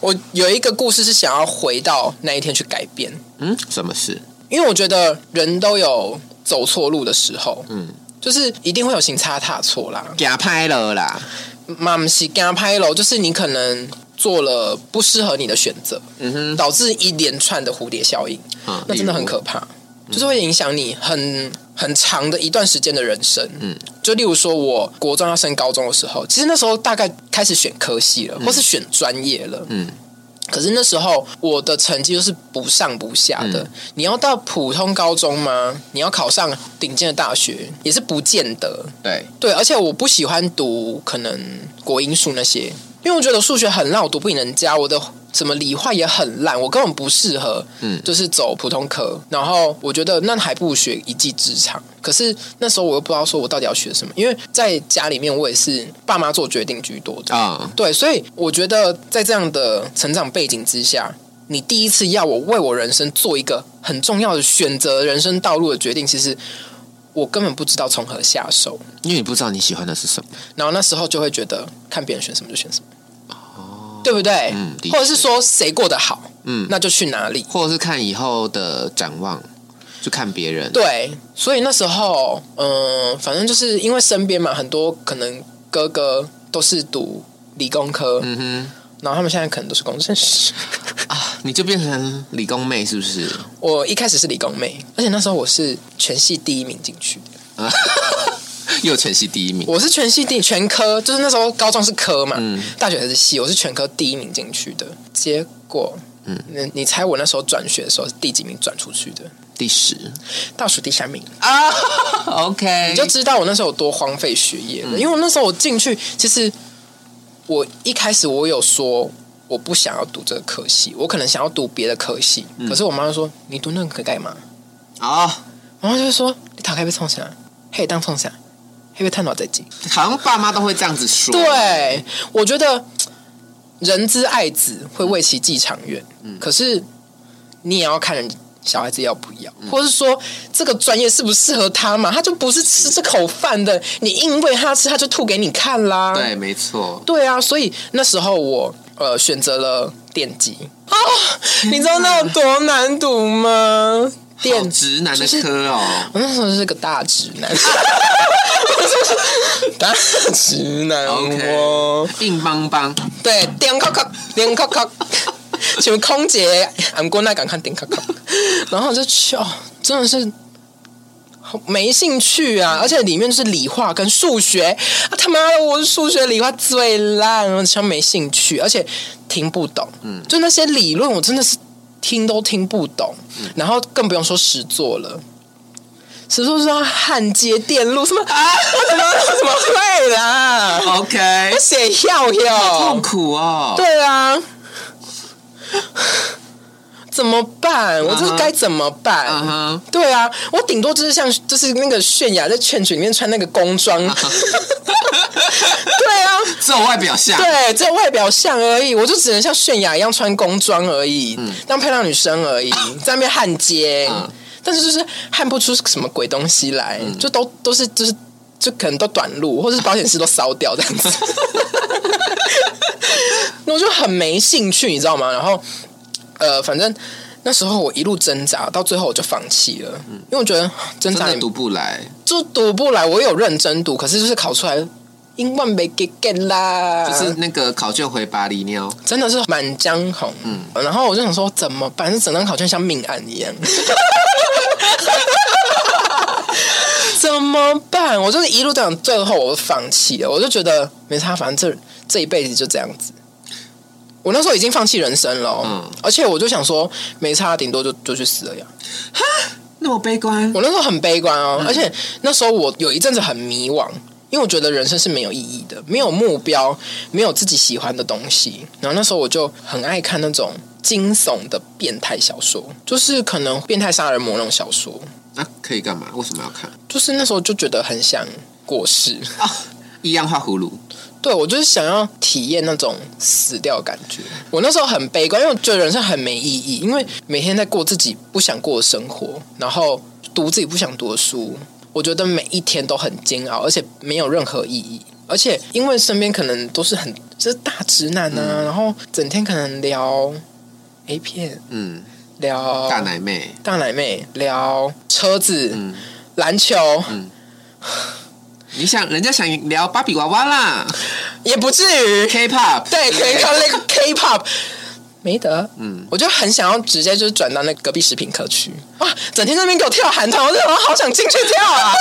我有一个故事是想要回到那一天去改变，嗯，什么事？因为我觉得人都有走错路的时候，嗯嗯，就是一定会有行差踏错啦。假拍了啦。嘛不是跟他拍楼，就是你可能做了不适合你的选择，嗯哼，导致一连串的蝴蝶效应，嗯那真的很可怕，就是会影响你很很长的一段时间的人生。嗯嗯，就例如说，我国中要升高中的时候，其实那时候大概开始选科系了，或是选专业了。嗯，嗯可是那时候我的成绩就是不上不下的。你要到普通高中吗？你要考上顶尖的大学也是不见得。对，对，而且我不喜欢读可能国英数那些，因为我觉得数学很烂，我读不赢人家，我的什么理化也很烂，我根本不适合，嗯就是走普通科。然后我觉得那还不如学一技之长。可是那时候我又不知道说我到底要学什么，因为在家里面我也是爸妈做决定居多的，啊、对，所以我觉得在这样的成长背景之下，你第一次要我为我人生做一个很重要的选择人生道路的决定，其实我根本不知道从何下手。因为你不知道你喜欢的是什么。然后那时候就会觉得看别人选什么就选什么，对不对？嗯理解或者是说谁过得好，嗯那就去哪里。或者是看以后的展望，就看别人。对，所以那时候，嗯、反正就是因为身边嘛，很多可能哥哥都是读理工科，嗯哼，啊然后他们现在可能都是工程师。你就变成理工妹是不是？我一开始是理工妹，而且那时候我是全系第一名进去， 又全系第一名。我是全系第全科，就是那时候高中是科嘛，嗯大学还是系，我是全科第一名进去的。结果，嗯，你你猜我那时候转学的时候是第几名转出去的？第十倒数第三名，啊，OK，你就知道我那时候有多荒废学业了。因为我那时候我进去，其实我一开始我有说我不想要读这个科系，我可能想要读别的科系，可是我妈就说你读那个可以干嘛？啊、然后就说你打开被冲啥，嘿当冲啥，嘿被探讨在进。好像爸妈都会这样子说。，对，我觉得人之爱子会为其计长远，嗯可是你也要看人小孩子要不要，嗯或是说这个专业适不适合他嘛？他就不是吃这口饭的，你硬喂他吃，他就吐给你看啦。对，没错。对啊，所以那时候我呃选择了电机啊，你知道那有多难读吗？好电直男的就是科哦。我那时候是个大直 男，我就是大直男哦。 OK，硬邦邦，对，点扣扣，点扣 扣，请问空姐，俺过那敢看点扣扣，然后我就去哦，真的是。好没兴趣啊，而且里面就是理化跟数学啊，他妈的，我数学理化最烂，我超没兴趣，而且听不懂，嗯，就那些理论我真的是听都听不懂，然后更不用说实作了，实作是要焊接电路什么啊，我怎么我怎么会啦？ OK，啊我写跳跳，痛苦哦。对啊，怎么办？我这是该怎么办嗯哼，对啊，我顶多就是像就是那个泫雅在劝曲里面穿那个工装 对啊，这种外表像，对，只有外表像而已，我就只能像泫雅一样穿工装而已，当漂亮女生 而已，在那边焊接，嗯但是就是焊不出什么鬼东西来，就都都是就是就可能都短路，或者是保险丝都烧掉这样子。 我就很没兴趣，你知道吗？然后，呃，反正那时候我一路挣扎，到最后我就放弃了，因为我觉得挣嗯真扎也的读不来。就读不来。我有认真读，可是就是考出来英文没给给啦，就是那个考卷回巴黎妞，真的是满江红。嗯，然后我就想说怎么办？这整张考卷像命案一样，怎么办？我就是一路这样，最后我就放弃了。我就觉得没差，反正这这一辈子就这样子。我那时候已经放弃人生了，哦嗯而且我就想说，没差，顶多就就去死了呀。那么悲观。我那时候很悲观哦，而且那时候我有一阵子很迷惘，因为我觉得人生是没有意义的，没有目标，没有自己喜欢的东西。然后那时候我就很爱看那种惊悚的变态小说，就是可能变态杀人魔那种小说，那、啊可以干嘛？为什么要看？就是那时候就觉得很想过世。一样画葫芦，对，我就是想要体验那种死掉的感觉。我那时候很悲观，因为我觉得人生很没意义，因为每天在过自己不想过的生活，然后读自己不想读的书，我觉得每一天都很煎熬，而且没有任何意义。而且因为身边可能都是很就是大直男啊，嗯然后整天可能聊 A 片，嗯，聊大奶妹，大奶妹，聊车子、嗯篮球，你想人家想聊芭比娃娃啦也不至于。 ，K-pop， 对，可以看那个 K-pop。没得，嗯嗯，我就很想要直接就是转到那隔壁食品科区，哇，整天在那边给 我跳韩团，我就我好想进去跳啊！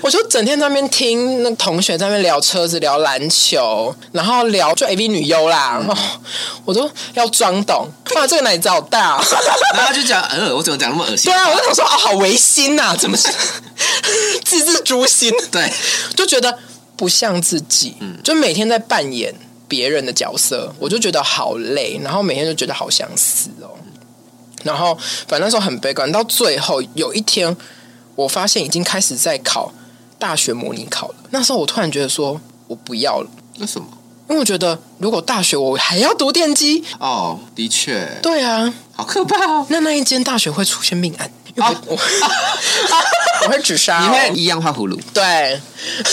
我就整天在那边听那同学在那边聊车子、聊篮球，然后聊就 AV 女优啦，哦，我都要装懂。哇，这个奶子好大、哦！然后他就讲，呃，我怎么讲那么恶心 对？啊，我就想说啊，好违心呐、怎么 是字字诛心？对，就觉得不像自己，嗯就每天在扮演别人的角色，我就觉得好累，然后每天就觉得好想死哦。然后反正那时候很悲观，到最后有一天，我发现已经开始在考大学模拟考了。那时候我突然觉得说，我不要了，为什么？因为我觉得如果大学我还要读电机，哦，的确，对啊，好可怕哦！那那一间大学会出现命案，因为我、 我会自杀、哦，你会一样画葫芦？对，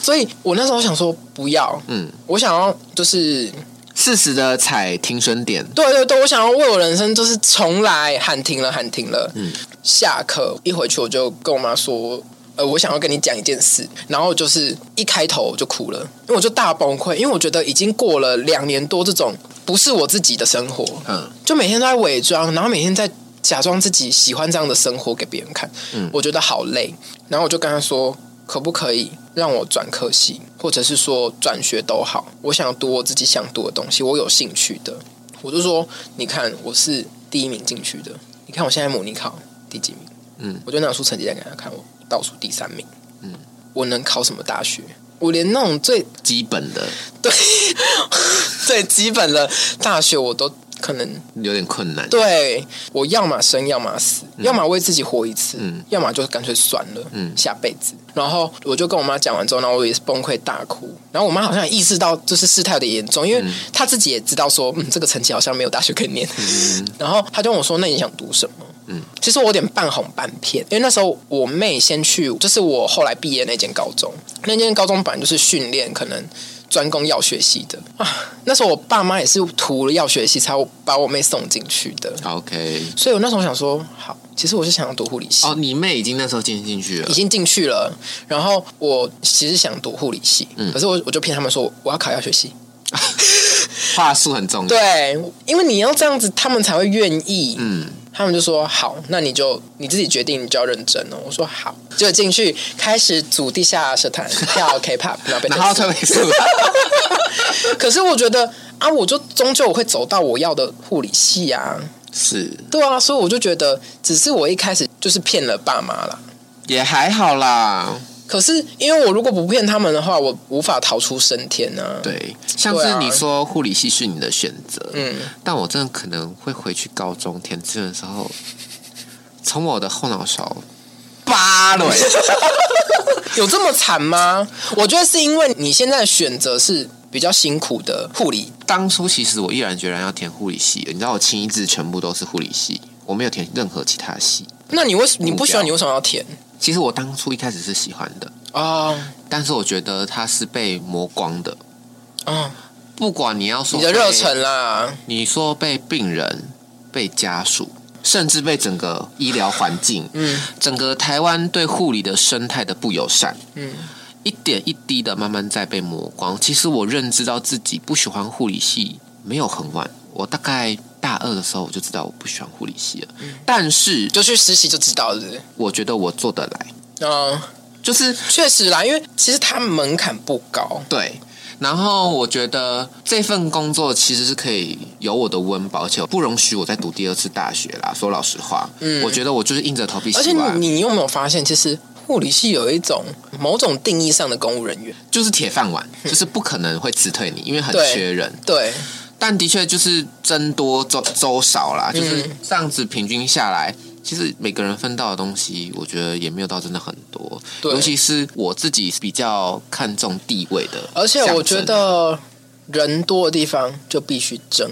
所以我那时候想说不要，嗯，我想要就是适时的踩停损点，对对对，我想要为我人生就是重来，喊停了，喊停了。嗯，下课一回去我就跟我妈说。呃，我想要跟你讲一件事，然后就是一开头我就哭了，因为我就大崩溃，因为我觉得已经过了两年多这种不是我自己的生活，嗯，就每天都在伪装，然后每天在假装自己喜欢这样的生活给别人看，嗯，我觉得好累。然后我就跟他说，可不可以让我转科系，或者是说转学都好，我想读我自己想读的东西，我有兴趣的。我就说，你看我是第一名进去的，你看我现在模拟考第几名？嗯，我就拿出成绩单给他看，我倒数第三名。嗯，我能考什么大学？我连那种最基本的对 最基本的大学我都可能有点困难。对我要么生，要么死，要么为自己活一次，嗯要么就干脆算了，嗯下辈子。然后我就跟我妈讲完之后，然后我也是崩溃大哭。然后我妈好像也意识到就是事态有点严重，因为她自己也知道说，嗯，这个成绩好像没有大学可以念。 然后她就问我说：“那你想读什么？”嗯，其实我有点半哄半骗，因为那时候我妹先去，就是我后来毕业那间高中，那间高中本来就是训练可能专攻药学系的啊。那时候我爸妈也是图了药学系才把我妹送进去的， OK，所以我那时候想说，好，其实我是想要读护理系，哦，你妹已经那时候进进去了已，经进去了。然后我其实想读护理系，嗯可是我我就骗他们说我要考药学系。话术很重要。对，因为你要这样子，他们才会愿意。嗯，他们就说好，那你就你自己决定，你就要认真哦。我说好，就进去开始组地下社团，跳 K-pop，然后被 然后整特死别 是可是我觉得啊，我就终究我会走到我要的护理系啊，是对啊，所以我就觉得，只是我一开始就是骗了爸妈啦。也还好啦。可是因为我如果不骗他们的话，我无法逃出升天啊。对，像对是啊你说护理系是你的选择，嗯，但我真的可能会回去高中填志愿的时候，从我的后脑勺扒了。有这么惨吗？我觉得是因为你现在的选择是比较辛苦的护理，当初其实我毅然决然要填护理系，你知道我清一志全部都是护理系，我没有填任何其他系。那你为什你不喜欢，目标你为什么要填其实我当初一开始是喜欢的，啊？但是我觉得它是被磨光的。啊，不管你要说你的被热忱啦，你说被病人、被家属，甚至被整个医疗环境，嗯，整个台湾对护理的生态的不友善，嗯，一点一滴的慢慢在被磨光。其实我认知到自己不喜欢护理系没有很晚，我大概大二的时候我就知道我不喜欢护理系了，嗯但是就去实习就知道了是不是。我觉得我做得来，嗯，就是确实啦，因为其实它门槛不高，对。然后我觉得这份工作其实是可以有我的温饱，而且不容许我再读第二次大学啦。说老实话，嗯，我觉得我就是硬着头皮而且洗完，你你有没有发现，其实护理系有一种某种定义上的公务人员？就是铁饭碗，就是不可能会辞退你，因为很嗯对缺人。对，但的确就是增多周周少嗯啦，就是这样子平均下来。其实每个人分到的东西，我觉得也没有到真的很多，对尤其是我自己比较看重地位的，而且我觉，得人多的地方就必须争，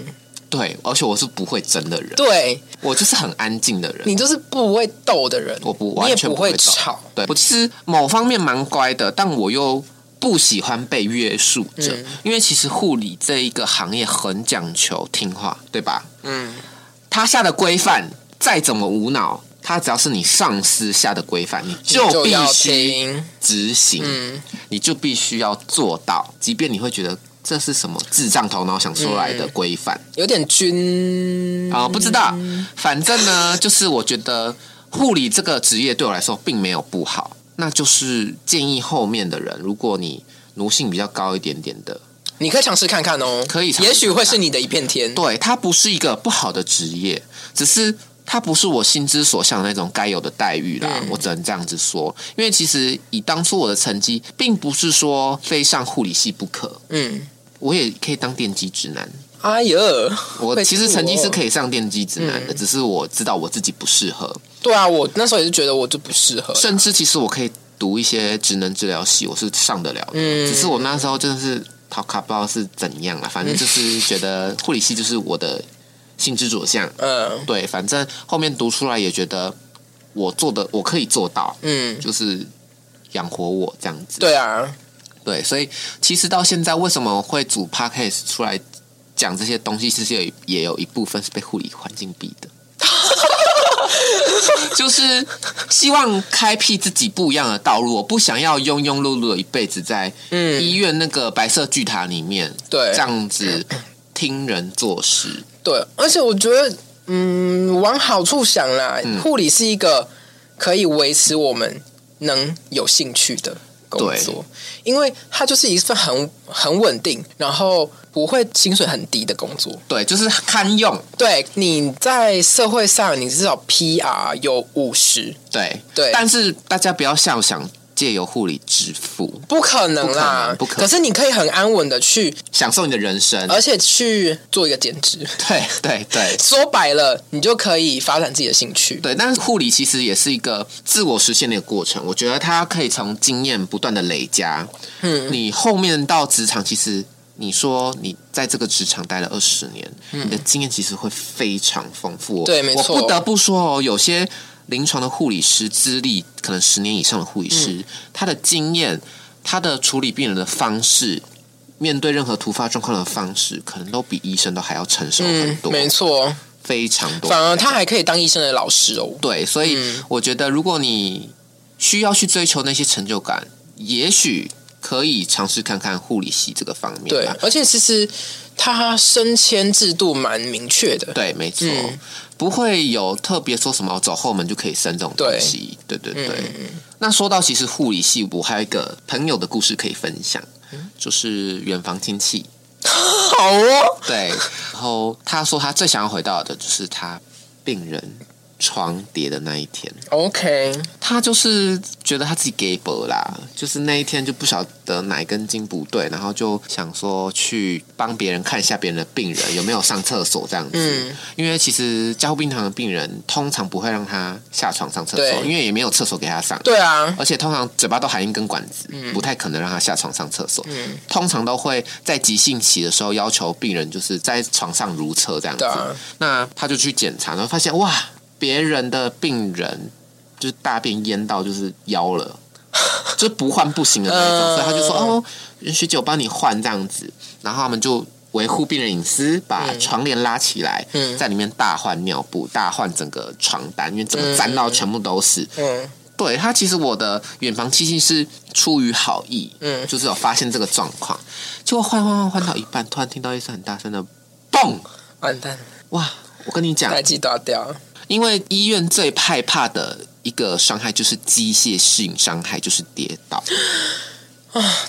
对，而且我是不会争的人，对我就是很安静的人。你就是不会斗的人，我不你完也全不不会懂吵，对我其实某方面蛮乖的，但我又不喜欢被约束着，嗯因为其实护理这一个行业很讲求听话，对吧？嗯，他下的规范再怎么无脑，他只要是你上司下的规范，你你就必要须听，执行，嗯，你就必须要做到，即便你会觉得。这是什么智障头脑想出来嗯的规范？有点均啊、不知道，反正呢，就是我觉得护理这个职业对我来说并没有不好，那就是建议后面的人，如果你奴性比较高一点点的，你可以尝试看看哦，可以尝试看看也许会是你的一片天。对，它不是一个不好的职业，只是它不是我心之所向的那种该有的待遇啦。我只能这样子说，因为其实以当初我的成绩，并不是说非上护理系不可，嗯，我也可以当电机直男。哎呦，我会其实吐成绩是哦可以上电机直男的，只是我知道我自己不适合，对啊，我那时候也是觉得我就不适合。甚至其实我可以读一些职能治疗系，我是上得了的，只是我那时候真的是考卡不知道是怎样啊了，反正就是觉得护理系就是我的心之所向。嗯对，反正后面读出来也觉得我做的我可以做到，嗯，就是养活我这样子。对啊，对，所以其实到现在为什么会组 podcast 出来讲这些东西，其实也也有一部分是被护理环境逼的。 就是希望开辟自己不一样的道路，我不想要庸庸碌碌的一辈子在医嗯，院那个白色巨塔里面对这样子听人做事。对，而且我觉得，嗯，往好处想啦，嗯护理是一个可以维持我们能有兴趣的工作，因为它就是一份很很稳定，然后不会薪水很低的工作。对，就是堪用。对，你在社会上，你至少 PR 有五十，对对但是大家不要笑想借由护理致富，不可能啦，不可能不可能是你可以很安稳的去，享受你的人生。而且去做一个兼职。对对对说白了，你就可以发展自己的兴趣。对，但是护理其实也是一个自我实现的一个过程。我觉得它可以从经验不断的累加，嗯，你后面到职场，其实你说你在这个职场待了二十年，你的经验其实会非常丰富。嗯对没错我不得不说哦，有些临床的护理师资历可能十年以上的护理师，嗯他的经验，他的处理病人的方式。面对任何突发状况的方式，可能都比医生都还要成熟很嗯，多，没错，非常多。反而他还可以当医生的老师哦。对，所以我觉得，如果你需要去追求那些成就感，也许可以尝试看看护理系这个方面啊对吧。，而且其实他升迁制度蛮明确的。对，没错，嗯不会有特别说什么走后门就可以升这种东西。对对嗯对。那说到其实护理系，我还有一个朋友的故事可以分享，嗯就是远房亲戚。好哦， 对，然后他说他最想要回到的就是他病人床叠的那一天。 OK，他就是觉得他自己给博啦，就是那一天就不晓得哪一根筋不对，然后就想说去帮别人看一下别人的病人有没有上厕所这样子。嗯因为其实加护病房的病人通常不会让他下床上厕所，对因为也没有厕所给他上。对啊，而且通常嘴巴都含一根管子，不太可能让他下床上厕所。嗯通常都会在急性期的时候要求病人就是在床上如厕这样子。对啊那他就去检查，然后发现哇，别人的病人就是大便淹到就是腰 了。就是不换不行的那一种，嗯所以他就说：“哦，学姐，我帮你换这样子。”然后他们就维护病人隐私，把床帘拉起来，嗯在里面大换尿布，大换整个床单，因为整个沾到全部都是。嗯对他，其实我的远房亲戚是出于好意，嗯就是有发现这个状况，结果换换换换到一半，突然听到一声很大声的“嘣完蛋，”，哇！我跟你讲代，际打掉。因为医院最害怕的一个伤害就是机械性伤害，就是跌倒，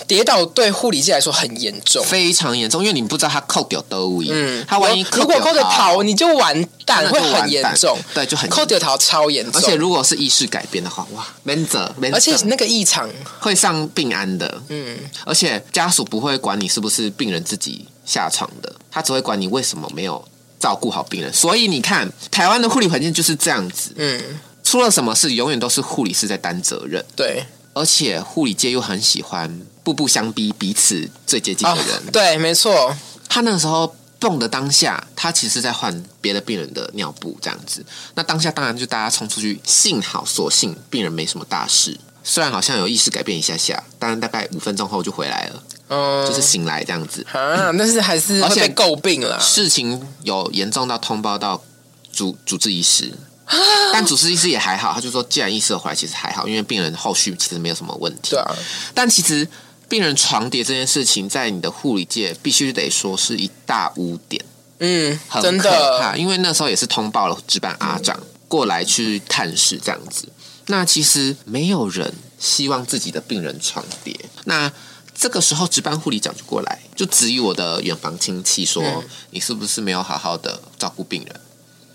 跌倒对护理界来说很严重。非常严重，因为你不知道他扣掉多位，嗯，他万一如果扣掉的逃，你就完那蛋，就会完很严蛋重。对，就很扣严重。掉逃超严而且重，如果是意识改变的话，哇，man 者，man 而且者那个异常，会上病安的，嗯，而且家属不会管你是不是病人自己下床的，他只会管你为什么没有照顾好病人。所以你看，台湾的护理环境就是这样子，嗯，出了什么事，永远都是护理师在担责任，对而且护理界又很喜欢步步相逼，彼此最接近啊的人。，对，没错，他那个时候蹦的当下，他其实在换别的病人的尿布这样子。那当下当然就大家冲出去，幸好所幸病人没什么大事，虽然好像有意识改变一下下，当然大概五分钟后就回来了。嗯，就是醒来这样子。啊，但是还是而会且被诟病啦。事情有严重到通报到主主治医师，啊但主治医师也还好，他就说既然医师有回来，其实还好，因为病人后续其实没有什么问题。对啊，但其实病人床叠这件事情，在你的护理界必须得说是一大污点，嗯，很真可怕。的，因为那时候也是通报了值班阿长过来去探视这样子。那其实没有人希望自己的病人重叠。那这个时候，值班护理长就过来，就质疑我的远房亲戚说：“嗯你是不是没有好好的照顾病人？”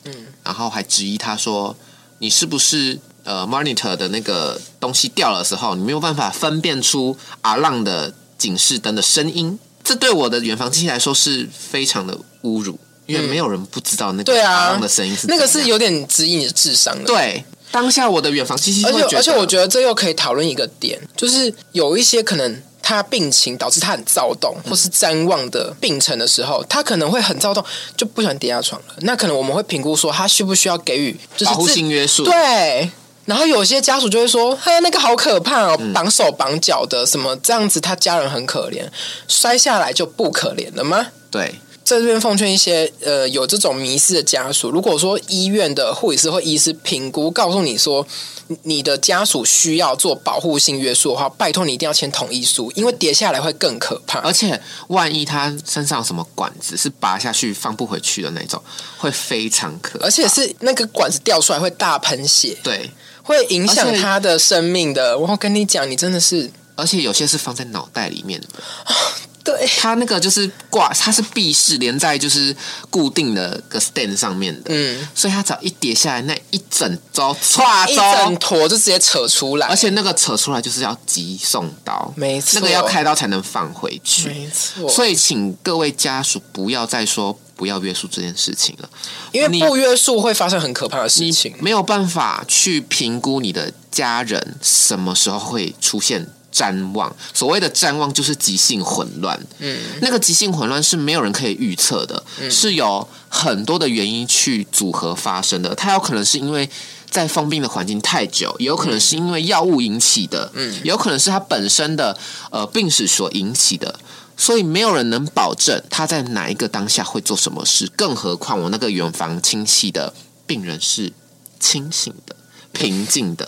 嗯，然后还质疑他说：“你是不是呃 monitor 的那个东西掉的时候，你没有办法分辨出阿浪的警示灯的声音？”这对我的远房亲戚来说是非常的侮辱，因为没有人不知道那对个啊阿浪的声音是怎那样、个是有点质疑你的智商的。对当下我的远房亲戚就而会且而且我得觉得这又可以讨论一个点，就是有一些可能。他病情导致他很躁动，或是谵妄的病程的时候，他可能会很躁动，就不想跌下床了。那可能我们会评估说，他需不需要给予就是保护自性约束，对。啊然后有些家属就会说：“哎呀，那个好可怕哦，绑手绑脚的，什么这样子，他家人很可怜，摔下来就不可怜了吗？”对在这边奉劝一些呃有这种迷失的家属，如果说医院的护理师或医师评估告诉你说你你的家属需要做保护性约束的话，拜托你一定要签同意书，因为跌下来会更可怕。而且万一他身上有什么管子是拔下去放不回去的那种，会非常可怕，而且是那个管子掉出来会大喷血，对，会影而响且他的生命的。我跟你讲，你真的是而且有些是放在脑袋里面的。 对它那个就是挂，它是闭式连在就是固定的个 stand 上面的，嗯，所以它只要一叠下来，那一整周歘一整周，坨就直接扯出来，而且那个扯出来就是要急送刀，没错那个要开刀才能放回去。没错，所以，请各位家属不要再说不要约束这件事情了。因为你不约束会发生很可怕的事你情。没有办法去评估你的家人什么时候会出现谵妄。所谓的谵妄就是急性混乱，嗯，那个急性混乱是没有人可以预测的，是有很多的原因去组合发生的。它有可能是因为。在封闭的环境太久，也有可能是因为药物引起的，嗯，也有可能是它本身的呃病史所引起的，所以没有人能保证他在哪一个当下会做什么事，更何况我那个远房亲戚的病人是清醒的、平静的，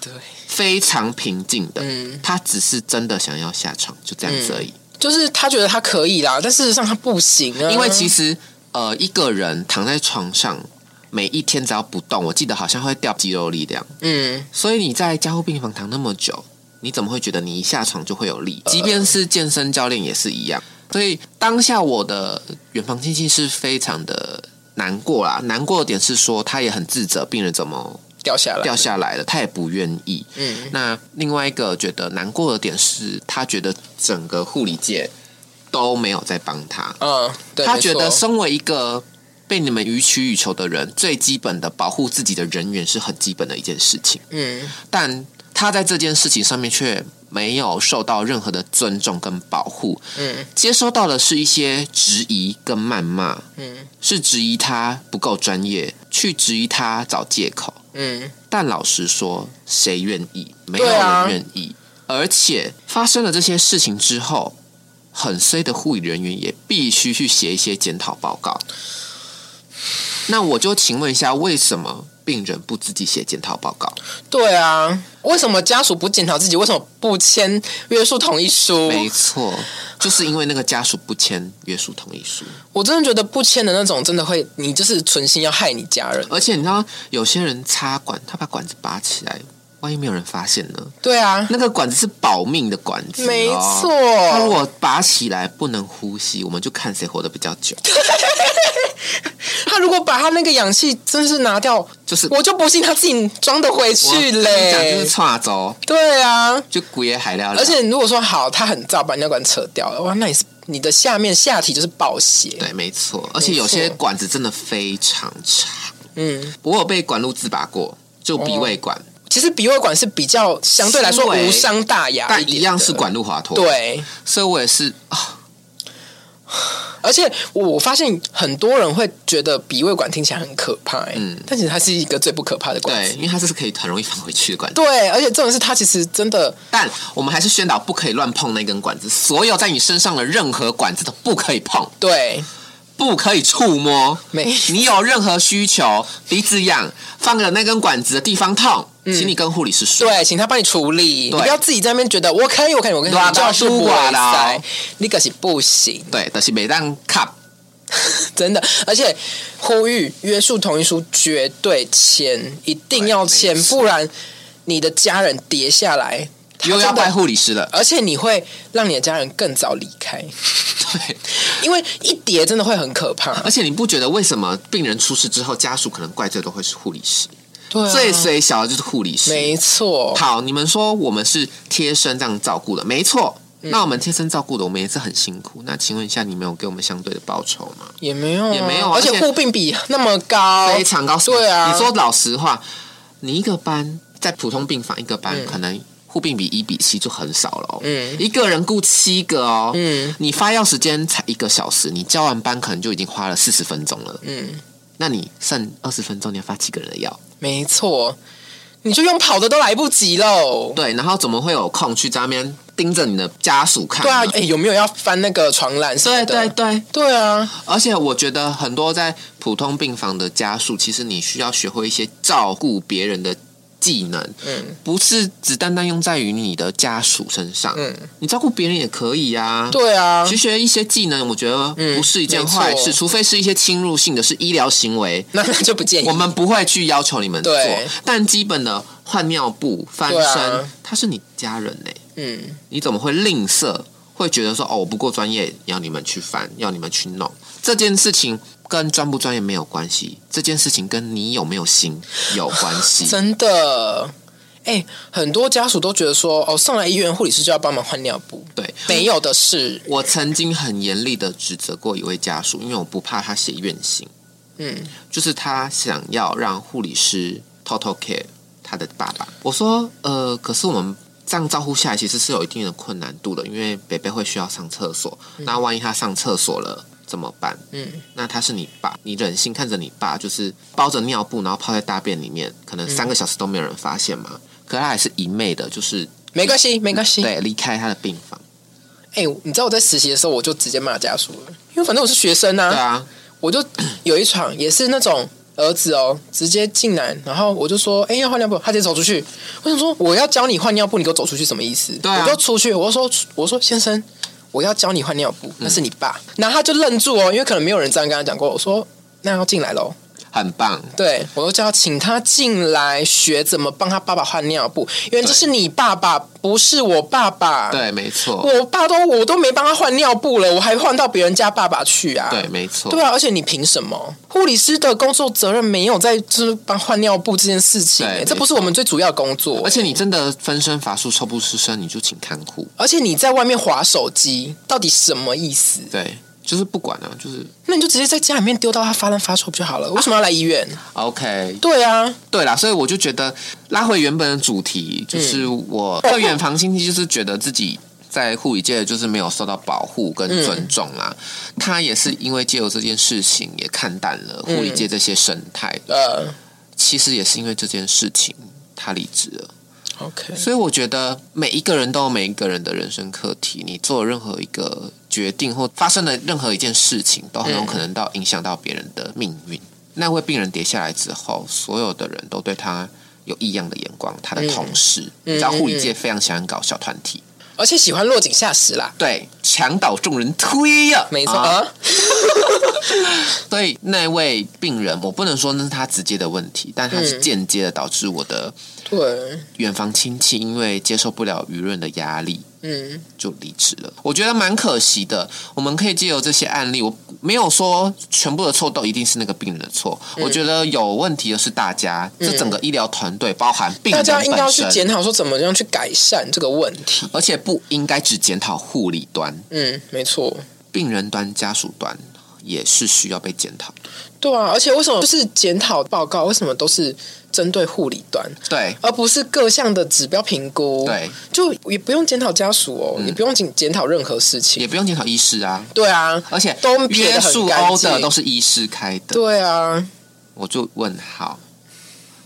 对，非常平静的。嗯他只是真的想要下床，就这样子而已。就是他觉得他可以啦，但事实上他不行啊，因为其实实呃，一个人躺在床上，每一天只要不动，我记得好像会掉肌肉力量。嗯，所以你在加护病房躺那么久，你怎么会觉得你一下床就会有呃力？即便是健身教练也是一样。所以当下我的远房亲戚是非常的难过啦，难过的点是说他也很自责，病人怎么掉下来，掉下来了，他也不愿意。嗯，那另外一个觉得难过的点是，他觉得整个护理界都没有在帮他，嗯，对，他没觉得错身为一个被你们予取予求的人，最基本的保护自己的人员是很基本的一件事情。嗯，但他在这件事情上面却没有受到任何的尊重跟保护，嗯，接收到的是一些质疑跟谩骂，嗯，是质疑他不够专业，去质疑他找借口。嗯，但老实说，谁愿意？没有对啊人愿意。而且发生了这些事情之后，很衰的护理人员也必须去写一些检讨报告。那我就请问一下，为什么病人不自己写检讨报告？对啊，为什么家属不检讨自己？为什么不签约束同意 书？没错，就是因为那个家属不签约束同意书，我真的觉得不签的那种，真的会，你就是存心要害你家人。而且你知道有些人插管，他把管子拔起来，万一没有人发现呢？对啊，那个管子是保命的管子、哦，没错他如果拔起来不能呼吸，我们就看谁活得比较久，他如果把他那个氧气真是拿掉，就是我就不信他自己装得回我去跟你讲就是嘞。跨州，对啊，就古野海料理，而且如果说好，他很燥，把你那管扯掉了，哇，那你是你的下面下体就是暴血。对，没错，而且有些管子真的非常长，嗯，我有被管路自拔过，就鼻胃管，其实鼻胃管是比较相对来说轻微无伤大雅但点的一样是管路滑脱，，对，所以我也是啊。而且我发现很多人会觉得鼻胃管听起来很可怕、欸，嗯但其实它是一个最不可怕的管对，子。因为它这是可以很容易放回去的管子，对，而且这种是它其实真的但我们还是宣导不可以乱碰那根管子，所有在你身上的任何管子都不可以碰，对，不可以触摸。没你有任何需求，鼻子痒，放了那根管子的地方痛，嗯请你跟护理师说。对，请他帮你处理，你对不要自己在那边觉得我可以，我可以，我跟你对啊讲，你就是都不我会啦塞，你可是不行，对，但是每当 cup 真的。而且呼吁约束同意书绝对签，一定要对签没，错不然你的家人跌下来，他又要真的拜护理师了。 而且你会让你的家人更早离开，对，因为一叠真的会很可 怕。而且你不觉得为什么病人出事之后，家属可能怪罪都会是护理师？对、啊，最水小的就是护理师。没错，好，你们说我们是贴身这样照顾的，没错。嗯那我们贴身照顾的，我们也是很辛苦。那请问一下，你们有给我们相对的报酬吗？也没有、啊，也没有啊而且而且护病比那么高，非常高。哦对啊，你说老实话，你一个班在普通病房一个班、可能。护病比一比七就很少了、哦，嗯一个人雇七个哦，嗯，你发药时间才一个小时，你交完班可能就已经花了四十分钟了，嗯，那你剩二十分钟，你要发几个人的药？没错，你就用跑的都来不及喽。对，然后怎么会有空去在那边盯着你的家属看对啊，呢？哎、有没有要翻那个床栏什么对的？对对，对啊，而且我觉得很多在普通病房的家属，其实你需要学会一些照顾别人的技能，嗯不是只单单用在于你的家属身上，嗯，你照顾别人也可以啊。对啊，学学一些技能，我觉得嗯不是一件坏没事，错除非是一些侵入性的，是医疗行为，那那就不建议我们不会去要求你们做哎对。但基本的换尿布、翻对啊身，他是你家人欸呢、嗯，你怎么会吝啬？会觉得说哦，我不够专业，要你们去翻，要你们去弄这件事情，跟专不专业没有关系，这件事情跟你有没有心有关系。真的。哎、很多家属都觉得说，哦，送来医院护理师就要帮忙换尿布，对，没有的事。我曾经很严厉的指责过一位家属，因为我不怕他写怨信，嗯，就是他想要让护理师偷偷 care 他的爸爸。我说，呃，可是我们这样照顾下来，其实是有一定的困难度的，因为北北会需要上厕所，那万一他上厕所了怎么办？嗯，那他是你爸，你忍心看着你爸就是包着尿布，然后泡在大便里面，可能嗯三个小时都没有人发现嘛？可他还是一昧的，就是没关系，没关系。对离开他的病房。哎、你知道我在实习的时候，我就直接骂家属了，因为反正我是学生啊。对啊，我就有一场也是那种儿子哦，直接进来，然后我就说：“哎、要换尿布。”他直接走出去。我想说，我要教你换尿布，你给我走出去什么意思？对啊我就出去，我就说：“我说先生，我要教你换尿布，那是你爸。嗯然后他就愣住哦，因为可能没有人这样跟他讲过。我说：“那要进来喽。”很棒。对，我都叫他请他进来学怎么帮他爸爸换尿布，因为这是你爸爸，不是我爸爸。。对，没错，我爸都我都没帮他换尿布了，我还换到别人家爸爸去啊！对，没错，对啊，而且你凭什么？护理师的工作责任没有在就是帮换尿布这件事情、对欸没这不是我们最主要的工作。而且你真的分身乏术、抽不出身，你就请看护。而且你在外面划手机，到底什么意思？对，就是不管啊，就是那你就直接在家里面丢到他发烂发臭不就好了？为什么要来医院？ OK。对啊，对啦，所以我就觉得拉回原本的主题，就是我会远房亲戚，就是觉得自己。在护理界就是没有受到保护跟尊重啦、他也是因为借由这件事情也看淡了护理界这些生态、呃其实也是因为这件事情他离职了。 ，OK，所以我觉得每一个人都有每一个人的人生课题，你做任何一个决定或发生的任何一件事情，都很有嗯可能到影响到别人的命运。那位病人跌下来之后，所有的人都对他有异样的眼光，他嗯的同事，你知道护理界非常喜欢搞小团体，而且喜欢落井下石啦，对，墙倒众人推呀、没错啊啊，所以那位病人，我不能说那是他直接的问题，但他是嗯间接的导致我的对，远房亲戚因为接受不了舆论的压力，嗯，就离职了。我觉得蛮可惜的。我们可以借由这些案例，我没有说全部的错都一定是那个病人的错。嗯我觉得有问题的是大家，这整个医疗团队包含病大人家应该要本去身，检讨说怎么样去改善这个问题。而且不应该只检讨护理端，嗯，没错。病人端、家属端也是需要被检讨。对啊，而且为什么就是检讨报告，为什么都是针对护理端？对而不是各项的指标评估。对，嗯就也不用检讨家属哦，也不用检检讨任何事情。也不用检讨医师啊，对啊，而且都撇约得很束干欧净的都是医师开的，对啊，我就问号。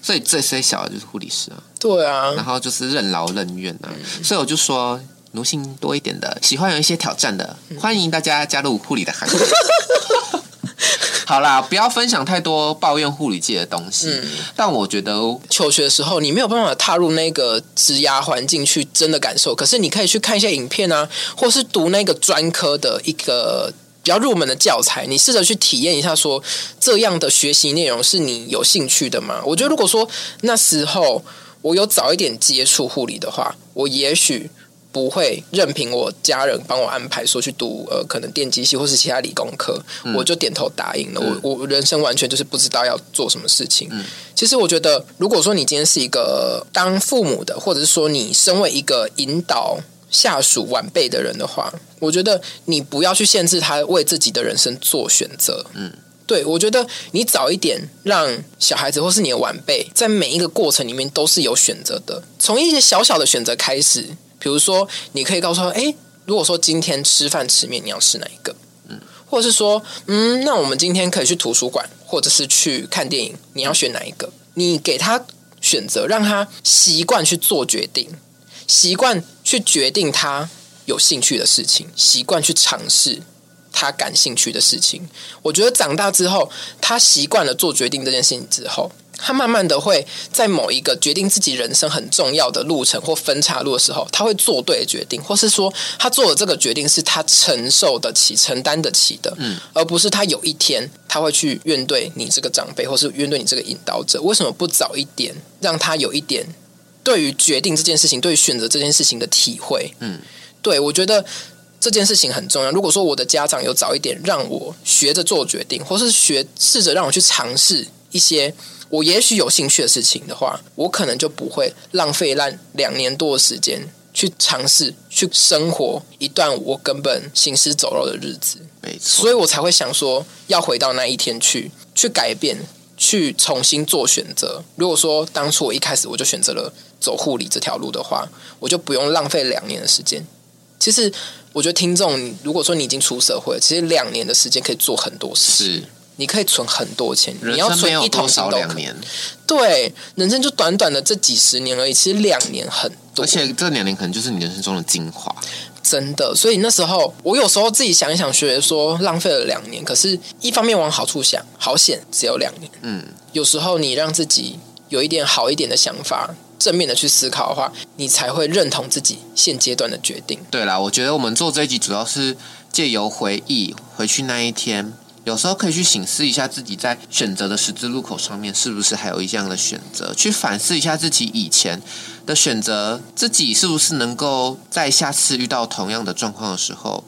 所以最最小的就是护理师啊。对啊，然后就是任劳任怨啊。嗯所以我就说，奴性多一点的，喜欢有一些挑战的，嗯欢迎大家加入护理的行列。 好啦，不要分享太多抱怨护理界的东西，嗯但我觉得求学的时候你没有办法踏入那个职涯环境去真的感受，可是你可以去看一些影片啊，或是读那个专科的一个。比较入门的教材，你试着去体验一下说这样的学习内容是你有兴趣的吗？我觉得如果说那时候我有早一点接触护理的话，我也许不会任凭我家人帮我安排说去读呃可能电机系或是其他理工科，我就点头答应了。我我人生完全就是不知道要做什么事情。其实我觉得，如果说你今天是一个当父母的，或者是说你身为一个引导下属晚辈的人的话，我觉得你不要去限制他为自己的人生做选择。嗯，对，我觉得你早一点让小孩子或是你的晚辈，在每一个过程里面都是有选择的，从一些小小的选择开始，比如说你可以告诉他，诶，如果说今天吃饭吃面，你要吃哪一个？或者是说，嗯，那我们今天可以去图书馆，或者是去看电影，你要选哪一个？你给他选择，让他习惯去做决定，习惯去决定他有兴趣的事情，习惯去尝试他感兴趣的事情。我觉得长大之后，他习惯了做决定这件事情之后。他慢慢的会在某一个决定自己人生很重要的路程或分岔路的时候，他会做对决定，或是说他做的这个决定是他承受得起、承担得起的，嗯，而不是他有一天他会去怨对你这个长辈，或是怨对你这个引导者，为什么不早一点让他有一点对于决定这件事情、对于选择这件事情的体会？嗯，对我觉得这件事情很重要。如果说我的家长有早一点让我学着做决定，或是学试着让我去尝试一些我也许有兴趣的事情的话，我可能就不会浪费烂两年多的时间去尝试去生活一段我根本行尸走肉的日子。没错，所以我才会想说要回到那一天去，去改变，去重新做选择。如果说当初我一开始我就选择了走护理这条路的话，我就不用浪费两年的时间。其实我觉得听众，你如果说你已经出社会了，其实两年的时间可以做很多事，是你可以存很多钱，你人要生没存有一桶多金少都两可以。年，对，人生就短短的这几十年而已，其实两年很多而。且这两年可能就是你人生中的精华。真的，所以那时候我有时候自己想一想，学说浪费了两年，可是一方面往好处想，好险只有两年。嗯，有时候你让自己有一点好一点的想法，正面的去思考的话，你才会认同自己现阶段的决定。对啦，我觉得我们做这一集主要是借由回忆回去那一天，有时候可以去醒思一下自己在选择的十字路口上面是不是还有一样的选择，去反思一下自己以前的选择，自己是不是能够在下次遇到同样的状况的时候，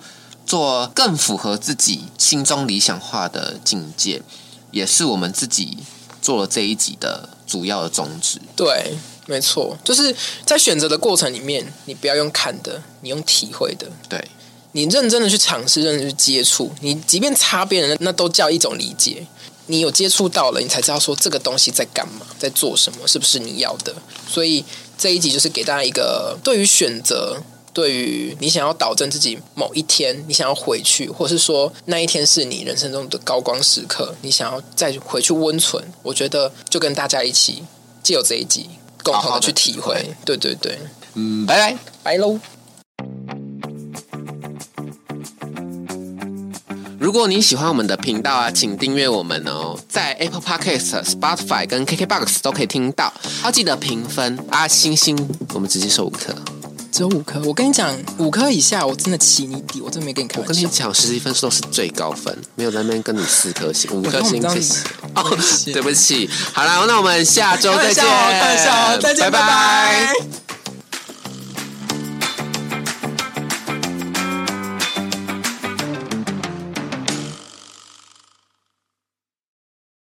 做更符合自己心中理想化的境界，也是我们自己做了这一集的主要的宗旨。对，没错，就是在选择的过程里面，你不要用看的，你用体会的。对，你认真的去尝试，认真地去接触，你即便擦边人，那都叫一种理解。你有接触到了，你才知道说这个东西在干嘛，在做什么，是不是你要的。所以这一集就是给大家一个对于选择，对于你想要导正自己某一天，你想要回去，或是说那一天是你人生中的高光时刻，你想要再回去温存。我觉得就跟大家一起借由这一集，共好同好地的去体会。对对对，嗯，拜拜。拜喽。如果你喜欢我们的频道啊，请订阅我们哦，在 Apple Podcast、Spotify 跟 KKBox 都可以听到。要记得评分啊，星星，我们直接收五颗。只有五颗。我跟你讲，五颗以下我真的起你底，我真的没跟你开我玩跟你笑。讲，实际分数都是最高分，没有在那边跟你四颗星、五颗星， 谢我跟谢。我哦们这样，子对不起，好啦，那我们下周开再玩笑见哦，开玩笑哦，再见，拜拜拜。